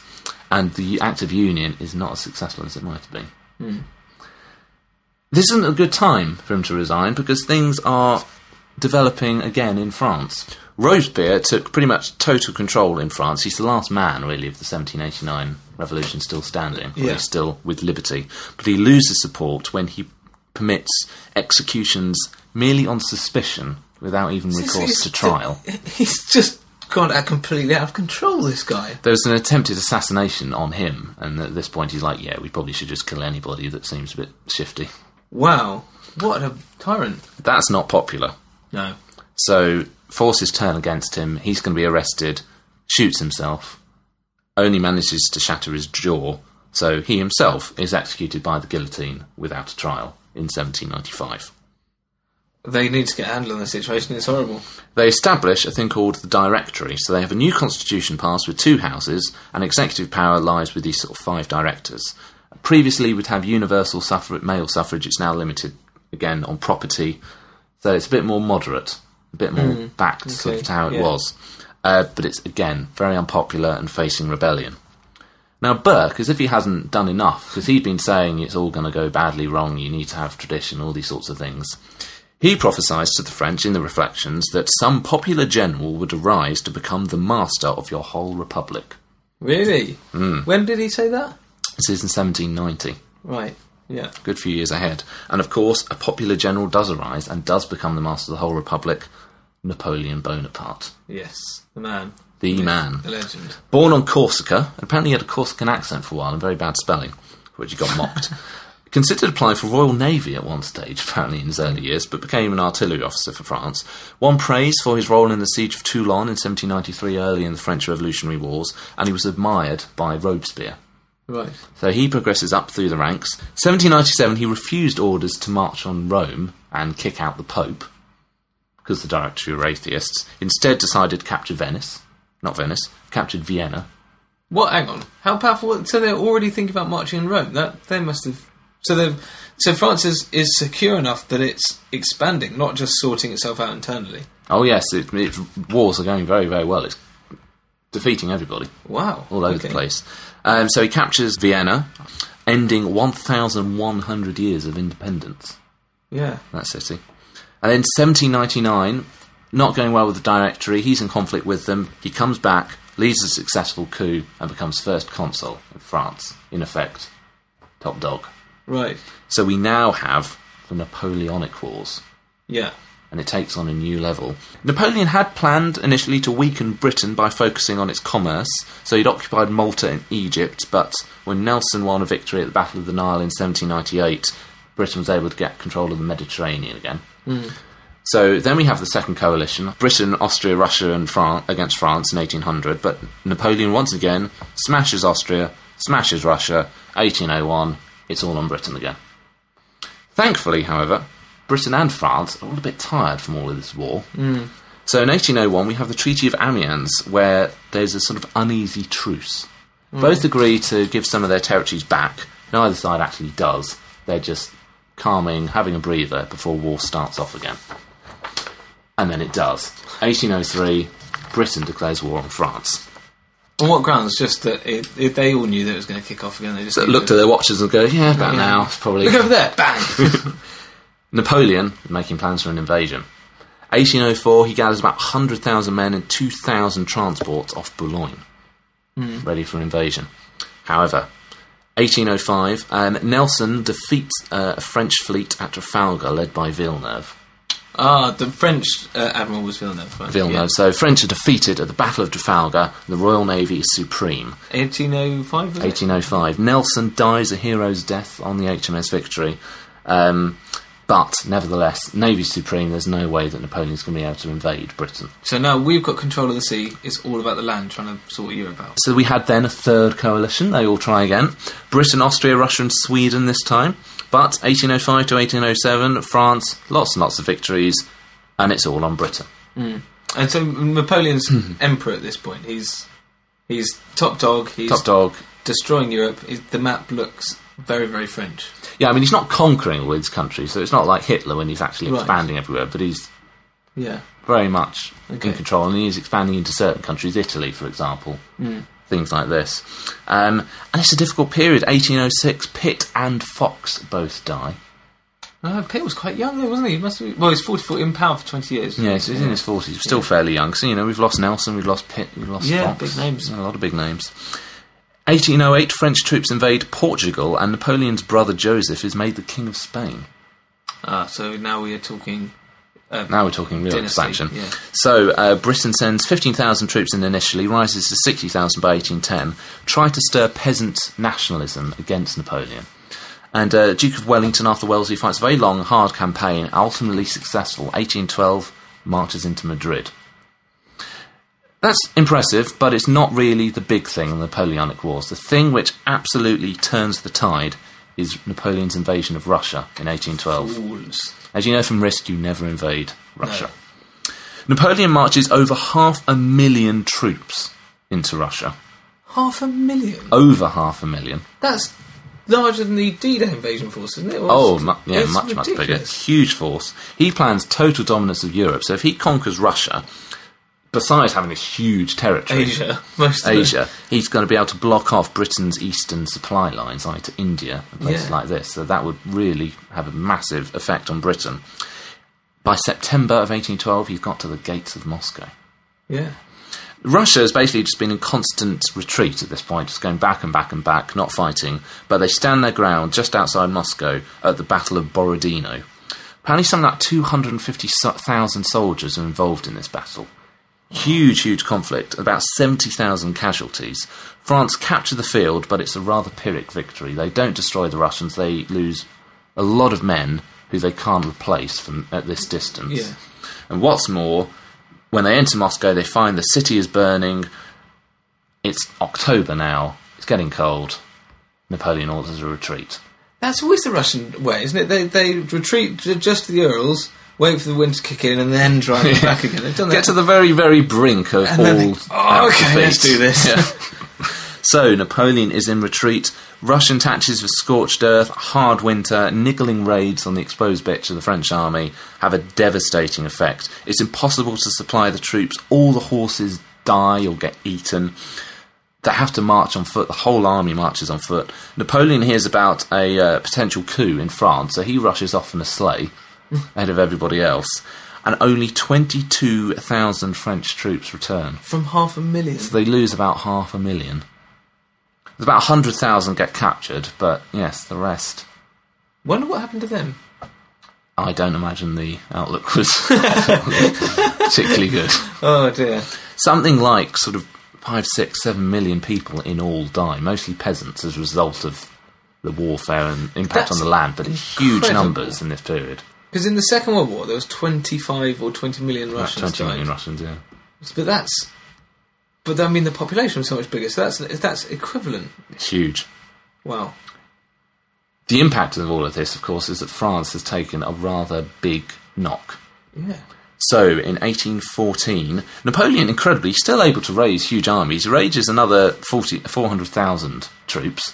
Speaker 2: And the Act of Union is not as successful as it might have been. This isn't a good time for him to resign because things are developing again in France. Robespierre took pretty much total control in France. He's the last man, really, of the 1789 revolution still standing. Or
Speaker 1: Yeah.
Speaker 2: he's still with liberty. But he loses support when he permits executions merely on suspicion without even
Speaker 1: He's-
Speaker 2: recourse
Speaker 1: he's
Speaker 2: to
Speaker 1: ju-
Speaker 2: trial.
Speaker 1: He's just gone out completely out of control, this guy.
Speaker 2: there was an attempted assassination on him, and at this point he's like, "Yeah, we probably should just kill anybody that seems a bit shifty."
Speaker 1: Wow. What a tyrant.
Speaker 2: That's not popular,
Speaker 1: No.
Speaker 2: so forces turn against him. He's going to be arrested, shoots himself, only manages to shatter his jaw, so he himself is executed by the guillotine without a trial in 1795.
Speaker 1: They need to get a handle on the situation. It's horrible.
Speaker 2: They establish a thing called the Directory. So they have a new constitution passed with two houses, and executive power lies with these sort of five directors. Previously, we'd have universal suffrage, male suffrage. It's now limited again on property, so it's a bit more moderate, a bit more back to sort
Speaker 1: Hmm.
Speaker 2: of
Speaker 1: okay,
Speaker 2: to how it
Speaker 1: yeah.
Speaker 2: was. Uh, but it's again very unpopular and facing rebellion. Now Burke, as if he hasn't done enough, because he'd been saying it's all going to go badly wrong. You need to have tradition, all these sorts of things. He prophesies to the French in the Reflections that some popular general would arise to become the master of your whole republic.
Speaker 1: Really?
Speaker 2: Hmm.
Speaker 1: When did he say that?
Speaker 2: This is in 1790,
Speaker 1: Right. Yeah.
Speaker 2: good few years ahead. And of course, a popular general does arise and does become the master of the whole republic, Napoleon Bonaparte.
Speaker 1: Yes. The man.
Speaker 2: The man.
Speaker 1: The legend.
Speaker 2: Born on Corsica, and apparently he had a Corsican accent for a while and very bad spelling, for which he got mocked. Considered applying for Royal Navy at one stage, apparently in his early years, but became an artillery officer for France. Won praise for his role in the siege of Toulon in 1793, early in the French Revolutionary Wars, and he was admired by Robespierre.
Speaker 1: Right.
Speaker 2: So he progresses up through the ranks. 1797, he refused orders to march on Rome and kick out the Pope, because the Directory were atheists. Instead, decided to capture Venice. Not Venice, captured Vienna.
Speaker 1: What? Hang on. How powerful? So they're already thinking about marching in Rome. That they must have. So they've. So France is, is secure enough that it's expanding, not just sorting itself out internally.
Speaker 2: Oh yes, it, it, wars are going very very well. It's defeating everybody
Speaker 1: Wow.
Speaker 2: all over
Speaker 1: Okay.
Speaker 2: the place. Um, so he captures Vienna, ending 1,100 years of independence.
Speaker 1: Yeah.
Speaker 2: That city, and then 1799, not going well with the Directory. He's in conflict with them. He comes back, leads a successful coup, and becomes first consul of France. In effect, top dog.
Speaker 1: Right.
Speaker 2: So we now have the Napoleonic Wars
Speaker 1: Yeah.
Speaker 2: and it takes on a new level. Napoleon had planned initially to weaken Britain by focusing on its commerce, so he'd occupied Malta and Egypt, but when Nelson won a victory at the Battle of the Nile in 1798, Britain was able to get control of the Mediterranean again. So then we have the Second Coalition Britain, Austria, Russia, and France against France in 1800, but Napoleon once again smashes Austria, smashes Russia, 1801, it's all on Britain again. Thankfully, however, Britain and France are all a bit tired from all of this war. So in 1801, we have the Treaty of Amiens, where there's a sort of uneasy truce. Both agree to give some of their territories back. Neither side actually does. They're just calming, having a breather before war starts off again. and then it does. 1803, Britain declares war on France.
Speaker 1: On what grounds? Just that it, it, they all knew that it was going to kick off again. They just
Speaker 2: So
Speaker 1: knew
Speaker 2: look
Speaker 1: that-
Speaker 2: to their watches and go, yeah, about
Speaker 1: Yeah.
Speaker 2: now, it's probably.
Speaker 1: Look over there, bang.
Speaker 2: Napoleon was making plans for an invasion. 1804, he gathers about 100,000 men and 2,000 transports off Boulogne, ready for invasion. However, 1805, um, Nelson defeats uh, a French fleet at Trafalgar, led by Villeneuve.
Speaker 1: Ah, the French uh, admiral was Villeneuve. Right?
Speaker 2: Villeneuve, so French are defeated at the Battle of Trafalgar. The Royal Navy is supreme.
Speaker 1: Yeah. 1805. Was it?
Speaker 2: 1805. Nelson dies a hero's death on the HMS Victory. Um, but nevertheless, Navy Supreme, there's no way that Napoleon's going to be able to invade Britain.
Speaker 1: So now we've got control of the sea. It's all about the land, trying to sort Europe out.
Speaker 2: So we had then a third coalition. They all try again. Britain, Austria, Russia, and Sweden this time. But 1805 to 1807, France, lots and lots of victories, and it's all on Britain.
Speaker 1: And so Napoleon's
Speaker 2: Hmm.
Speaker 1: emperor at this point. He's he's top dog. He's
Speaker 2: Top dog.
Speaker 1: destroying Europe. He- the map looks very, very French.
Speaker 2: Yeah, I mean, he's not conquering all these countries, so it's not like Hitler when he's actually
Speaker 1: Right.
Speaker 2: expanding everywhere, but he's
Speaker 1: Yeah.
Speaker 2: very much
Speaker 1: Okay.
Speaker 2: in control, and he is expanding into certain countries, Italy, for example,
Speaker 1: Hmm.
Speaker 2: things like this. Um, and it's a difficult period. 1806, Pitt and Fox both die.
Speaker 1: Uh, Pitt was quite young, though, wasn't he? he must be, well, he's 44 in power for 20 years.
Speaker 2: Yeah, so he's in his 40s, still fairly young. So, you know, we've lost Nelson, we've lost Pitt, we've lost
Speaker 1: Yeah,
Speaker 2: Fox.
Speaker 1: big names.
Speaker 2: A lot of big names. 1808, French troops invade Portugal, and Napoleon's brother Joseph is made the King of Spain.
Speaker 1: Ah, so now we are talking. Uh,
Speaker 2: Now we're talking real
Speaker 1: Dynasty,
Speaker 2: expansion.
Speaker 1: yeah.
Speaker 2: So uh, Britain sends 15,000 troops in initially, rises to 60,000 by 1810, try to stir peasant nationalism against Napoleon. And uh, Duke of Wellington, Arthur Wellesley, fights a very long, hard campaign, ultimately successful. 1812 marches into Madrid. That's impressive, but it's not really the big thing in the Napoleonic Wars. The thing which absolutely turns the tide is Napoleon's invasion of Russia in 1812.
Speaker 1: Wolves.
Speaker 2: As you know from Risk, you never invade Russia. Napoleon marches over half a million troops into Russia.
Speaker 1: Half a million.
Speaker 2: Over half a million.
Speaker 1: That's larger than the D-Day invasion force, isn't it? Well,
Speaker 2: Oh,
Speaker 1: it's-
Speaker 2: mu- yeah,
Speaker 1: it's
Speaker 2: much, much bigger.
Speaker 1: ridiculous.
Speaker 2: Huge force. He plans total dominance of Europe. So if he conquers Russia, besides having this huge territory,
Speaker 1: Asia, most of
Speaker 2: Asia, he's going to be able to block off Britain's eastern supply lines, like to India and places
Speaker 1: Yeah.
Speaker 2: like this. So that would really have a massive effect on Britain. By September of 1812, he's got to the gates of Moscow.
Speaker 1: It. Yeah.
Speaker 2: Russia has basically just been in constant retreat at this point, just going back and back and back, not fighting. But they stand their ground just outside Moscow at the Battle of Borodino. Apparently, something like 250,000 soldiers are involved in this battle. Huge, huge conflict, about 70,000 casualties. France capture the field, but it's a rather Pyrrhic victory. They don't destroy the Russians, they lose a lot of men who they can't replace from at this distance.
Speaker 1: Yeah.
Speaker 2: And what's more, when they enter Moscow, they find the city is burning. It's October now. It's getting cold. Napoleon orders a retreat.
Speaker 1: That's always the Russian way, isn't it? They they retreat ju- just to the Urals, wait for the wind to kick in, and then drive it back again. They've done that.
Speaker 2: Get to the very, very brink of
Speaker 1: And
Speaker 2: all.
Speaker 1: then they- oh,
Speaker 2: out
Speaker 1: okay,
Speaker 2: defeat.
Speaker 1: let's do this.
Speaker 2: Yeah. so Napoleon is in retreat. Russian taxes with scorched earth, hard winter, niggling raids on the exposed bits of the French army have a devastating effect. It's impossible to supply the troops. All the horses die or get eaten. They have to march on foot. The whole army marches on foot. Napoleon hears about a uh, potential coup in France, so he rushes off in a sleigh ahead of everybody else. And only 22,000 French troops return.
Speaker 1: From half a million.
Speaker 2: They lose about half a million. There's about 100,000 get captured, but yes, the rest.
Speaker 1: Wonder what happened to them.
Speaker 2: I don't imagine the outlook was particularly good.
Speaker 1: Oh dear.
Speaker 2: Something like sort of five, six, seven million people in all die, mostly peasants, as a result of the warfare and impact
Speaker 1: That's
Speaker 2: on the land, but it's huge
Speaker 1: incredible.
Speaker 2: numbers in this period.
Speaker 1: Because in the Second World War, there was 25 or 20 million
Speaker 2: About
Speaker 1: Russians
Speaker 2: 20 million
Speaker 1: died.
Speaker 2: Russians, yeah.
Speaker 1: But that's... But I mean, the population was so much bigger, so that's that's equivalent.
Speaker 2: It's huge.
Speaker 1: Wow.
Speaker 2: The impact of all of this, of course, is that France has taken a rather big knock.
Speaker 1: Yeah.
Speaker 2: So, in 1814, Napoleon, incredibly, still able to raise huge armies, raises another 40, 400,000 troops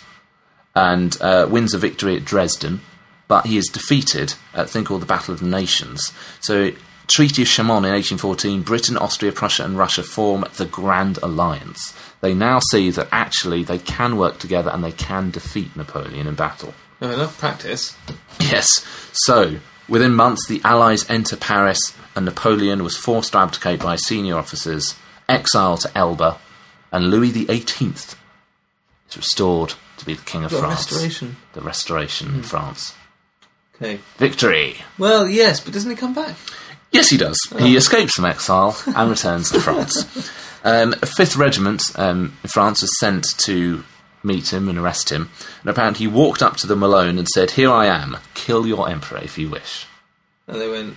Speaker 2: and uh, wins a victory at Dresden, but he is defeated at a thing called the Battle of Nations. So, Treaty of Chamonix in 1814, Britain, Austria, Prussia, and Russia form the Grand Alliance. They now see that actually they can work together and they can defeat Napoleon in battle.
Speaker 1: No, enough practice.
Speaker 2: Yes. So, within months, the Allies enter Paris, and Napoleon was forced to abdicate by senior officers, exile to Elba, and Louis XVIII is restored to be the King of
Speaker 1: Got a
Speaker 2: France.
Speaker 1: restoration.
Speaker 2: The restoration in France.
Speaker 1: Okay.
Speaker 2: Victory!
Speaker 1: Well, yes, but doesn't he come back?
Speaker 2: Yes, he does. He escapes from exile and returns to France. Um, a fifth regiment um, in France was sent to meet him and arrest him. And apparently, he walked up to them alone and said, "Here I am. Kill your emperor if you wish."
Speaker 1: And they went,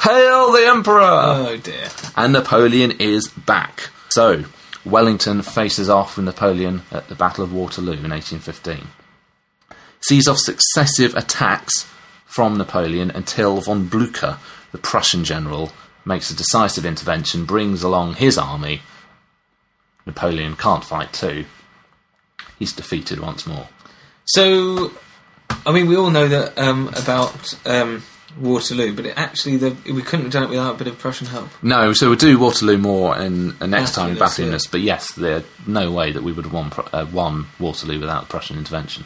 Speaker 2: Hail the emperor!
Speaker 1: oh dear.
Speaker 2: and Napoleon is back. So, Wellington faces off with Napoleon at the Battle of Waterloo in 1815. Sees off successive attacks from Napoleon until von Blücher, the Prussian general, makes a decisive intervention, brings along his army. Napoleon can't fight too. He's defeated once more.
Speaker 1: So, I mean, we all know that um, about um, Waterloo, but it actually, the, we couldn't have done it without a bit of Prussian help.
Speaker 2: No, so we'll do Waterloo more in, in next time in
Speaker 1: After
Speaker 2: Battle
Speaker 1: this,
Speaker 2: Units, but yes, there's no way that we would have won, Pro- uh, won Waterloo without Prussian intervention.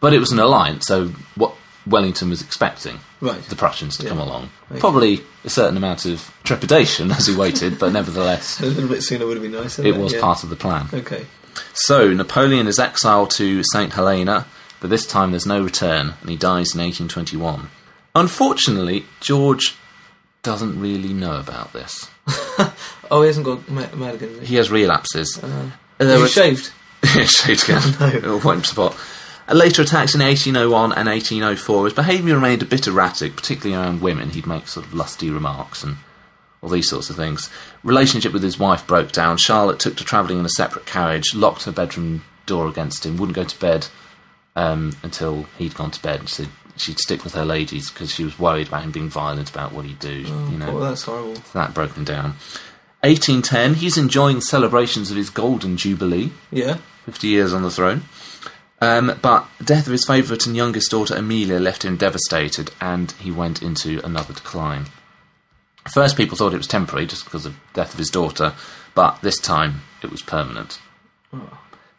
Speaker 2: But it was an alliance, so what Wellington was expecting
Speaker 1: Right.
Speaker 2: the Prussians to
Speaker 1: Yeah.
Speaker 2: come along.
Speaker 1: Okay.
Speaker 2: Probably a certain amount of trepidation as he waited, but nevertheless,
Speaker 1: A little bit sooner would have been nicer.
Speaker 2: it
Speaker 1: but
Speaker 2: was
Speaker 1: yeah.
Speaker 2: part of the plan.
Speaker 1: Okay.
Speaker 2: So Napoleon is exiled to St. Helena, but this time there's no return, and he dies in 1821. Unfortunately, George doesn't really know about this.
Speaker 1: Oh, he hasn't got Ma- Madigan. has He,
Speaker 2: He has relapses.
Speaker 1: Is
Speaker 2: there
Speaker 1: he Uh,
Speaker 2: was-
Speaker 1: shaved.
Speaker 2: Shade gun.
Speaker 1: No.
Speaker 2: Won't support. Uh, Later attacks in 1801 and 1804, his behaviour remained a bit erratic, particularly around women. He'd make sort of lusty remarks and all these sorts of things. Relationship with his wife broke down. Charlotte took to travelling in a separate carriage, locked her bedroom door against him, wouldn't go to bed um, until he'd gone to bed. She said she'd stick with her ladies because she was worried about him being violent about what he'd do. you know,
Speaker 1: Oh, that's horrible.
Speaker 2: that broke him down. 1810, he's enjoying celebrations of his golden jubilee.
Speaker 1: Yeah.
Speaker 2: 50 years on the throne. Um, but death of his favourite and youngest daughter Amelia left him devastated, and he went into another decline. First, people thought it was temporary, just because of death of his daughter, but this time it was permanent.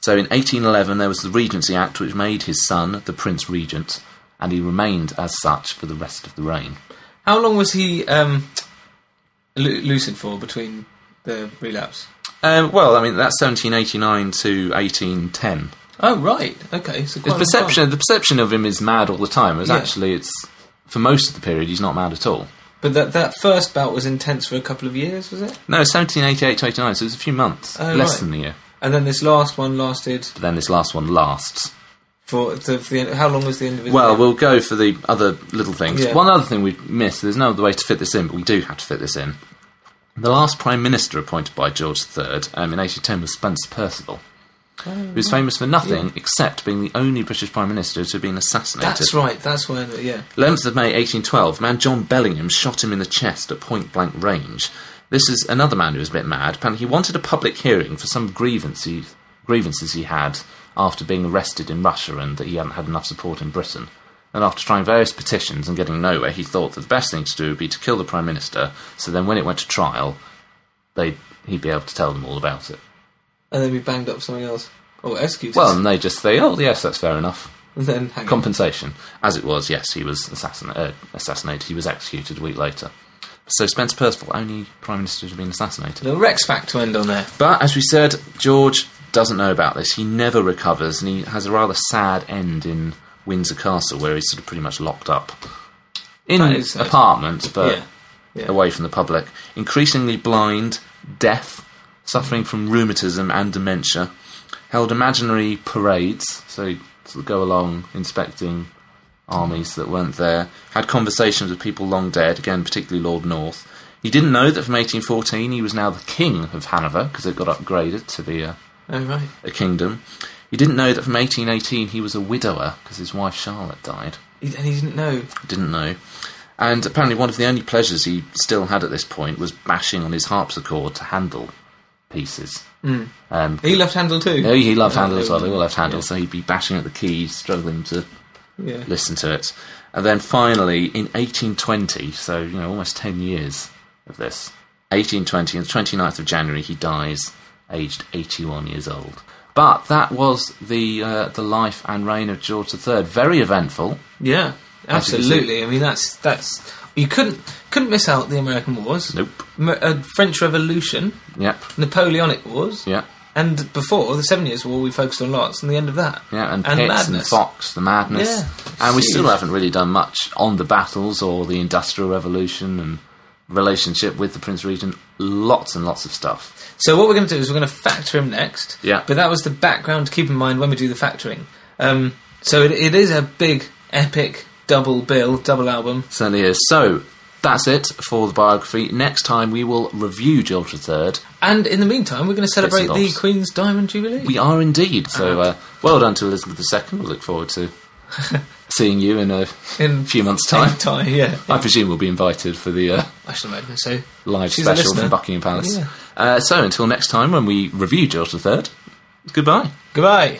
Speaker 2: So, in 1811, there was the Regency Act, which made his son the Prince Regent, and he remained as such for the rest of the reign.
Speaker 1: How long was he um, lu- lucid for between the relapse?
Speaker 2: Um, well, I mean, that's 1789 to 1810.
Speaker 1: Oh, right. Okay. So
Speaker 2: His
Speaker 1: quite a long
Speaker 2: perception,
Speaker 1: time.
Speaker 2: the perception of him is mad all the time. Whereas
Speaker 1: Yeah.
Speaker 2: actually, it's for most of the period he's not mad at all.
Speaker 1: But that, that first bout was intense for a couple of years, was it?
Speaker 2: No, 1788 to 89, so it's a few months,
Speaker 1: Oh,
Speaker 2: less
Speaker 1: right.
Speaker 2: than a year.
Speaker 1: And then this last one lasted
Speaker 2: But then this last one lasts.
Speaker 1: for, to, for the end. How long was the end of his
Speaker 2: Well,
Speaker 1: reign?
Speaker 2: we'll go for the other little things.
Speaker 1: Yeah.
Speaker 2: One other thing we've missed. There's no other way to fit this in, but we do have to fit this in. The last prime minister appointed by George III um, in 1810 was Spencer Percival, who
Speaker 1: Oh,
Speaker 2: was famous for nothing except being the only British prime minister to have been assassinated.
Speaker 1: That's right. That's when, yeah.
Speaker 2: 11th of May 1812, man John Bellingham shot him in the chest at point blank range. This is another man who was a bit mad. Apparently, he wanted a public hearing for some grievance he- grievances he had after being arrested in Russia and that he hadn't had enough support in Britain. And after trying various petitions and getting nowhere, he thought that the best thing to do would be to kill the Prime Minister, so then when it went to trial, they'd, he'd be able to tell them all about it.
Speaker 1: And then we banged up something else. Oh, executed.
Speaker 2: Well, and they just say, oh, yes, that's fair enough.
Speaker 1: and then hang on.
Speaker 2: compensation. As it was, yes, he was assassin- uh, assassinated. He was executed a week later. So Spencer Percival, only Prime Minister to have been assassinated.
Speaker 1: Little Rex fact to end on there.
Speaker 2: But as we said, George doesn't know about this. He never recovers, and he has a rather sad end in Windsor Castle, where he's sort of pretty much locked up in
Speaker 1: That is
Speaker 2: his
Speaker 1: sad.
Speaker 2: apartment, but
Speaker 1: Yeah. Yeah.
Speaker 2: away from the public. Increasingly blind, deaf, suffering from rheumatism and dementia, held imaginary parades, so he'd sort of go along inspecting armies that weren't there, had conversations with people long dead, again, particularly Lord North. He didn't know that from 1814 he was now the King of Hanover, because it got upgraded to the uh,
Speaker 1: Oh, right.
Speaker 2: a kingdom. He didn't know that from 1818 he was a widower, because his wife Charlotte died
Speaker 1: He, and he didn't know.
Speaker 2: didn't know. And apparently, one of the only pleasures he still had at this point was bashing on his harpsichord to handle pieces. Mm. Um,
Speaker 1: He left Handel too.
Speaker 2: no, he loved handle as
Speaker 1: Yeah.
Speaker 2: well. They all loved handle, so he'd be bashing at the keys, struggling to
Speaker 1: Yeah.
Speaker 2: listen to it. And then finally, in 1820, so you know, almost 10 years of this, 1820, on the 29th of January, he dies, aged 81 years old. But that was the uh, the life and reign of George III. Very eventful.
Speaker 1: Yeah,
Speaker 2: As you can see.
Speaker 1: absolutely. I mean, that's that's you couldn't couldn't miss out the American Wars.
Speaker 2: Nope.
Speaker 1: Mer- uh, French Revolution,
Speaker 2: Yep.
Speaker 1: Napoleonic Wars.
Speaker 2: Yeah.
Speaker 1: And before the Seven Years' War, we focused on lots, and the end of that.
Speaker 2: Yeah, and, Pitt and Fox, the madness.
Speaker 1: Yeah.
Speaker 2: And we still
Speaker 1: Jeez.
Speaker 2: haven't really done much on the battles or the Industrial Revolution and relationship with the Prince Regent. Lots and lots of stuff.
Speaker 1: So what we're going to do is we're going to factor him next.
Speaker 2: Yeah.
Speaker 1: But that was the background to keep in mind when we do the factoring. Um, so it, it is a big, epic double bill, double album.
Speaker 2: Certainly is. So that's it for the biography. Next time we will review George III.
Speaker 1: And in the meantime, we're going to celebrate
Speaker 2: and
Speaker 1: the
Speaker 2: bobs.
Speaker 1: Queen's Diamond Jubilee.
Speaker 2: We are indeed. So
Speaker 1: Uh-huh.
Speaker 2: uh, well done to Elizabeth II. We look forward to seeing you in a
Speaker 1: in
Speaker 2: few months' time.
Speaker 1: time, yeah.
Speaker 2: I presume we'll be invited for the uh,
Speaker 1: I should imagine so.
Speaker 2: live
Speaker 1: She's a
Speaker 2: special
Speaker 1: listener.
Speaker 2: from Buckingham Palace.
Speaker 1: Yeah.
Speaker 2: Uh, so until next time when we review George III, goodbye.
Speaker 1: Goodbye.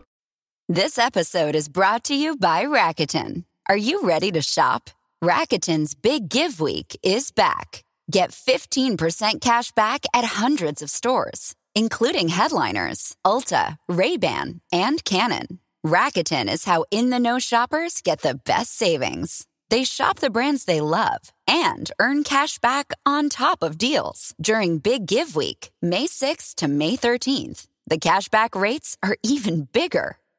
Speaker 3: This episode is brought to you by Rakuten. Are you ready to shop? Rakuten's Big Give Week is back. Get 15% cash back at hundreds of stores, including headliners, Ulta, Ray-Ban, and Canon. Rakuten is how in-the-know shoppers get the best savings. They shop the brands they love and earn cash back on top of deals during Big Give Week, May 6th to May 13th. The cashback rates are even bigger.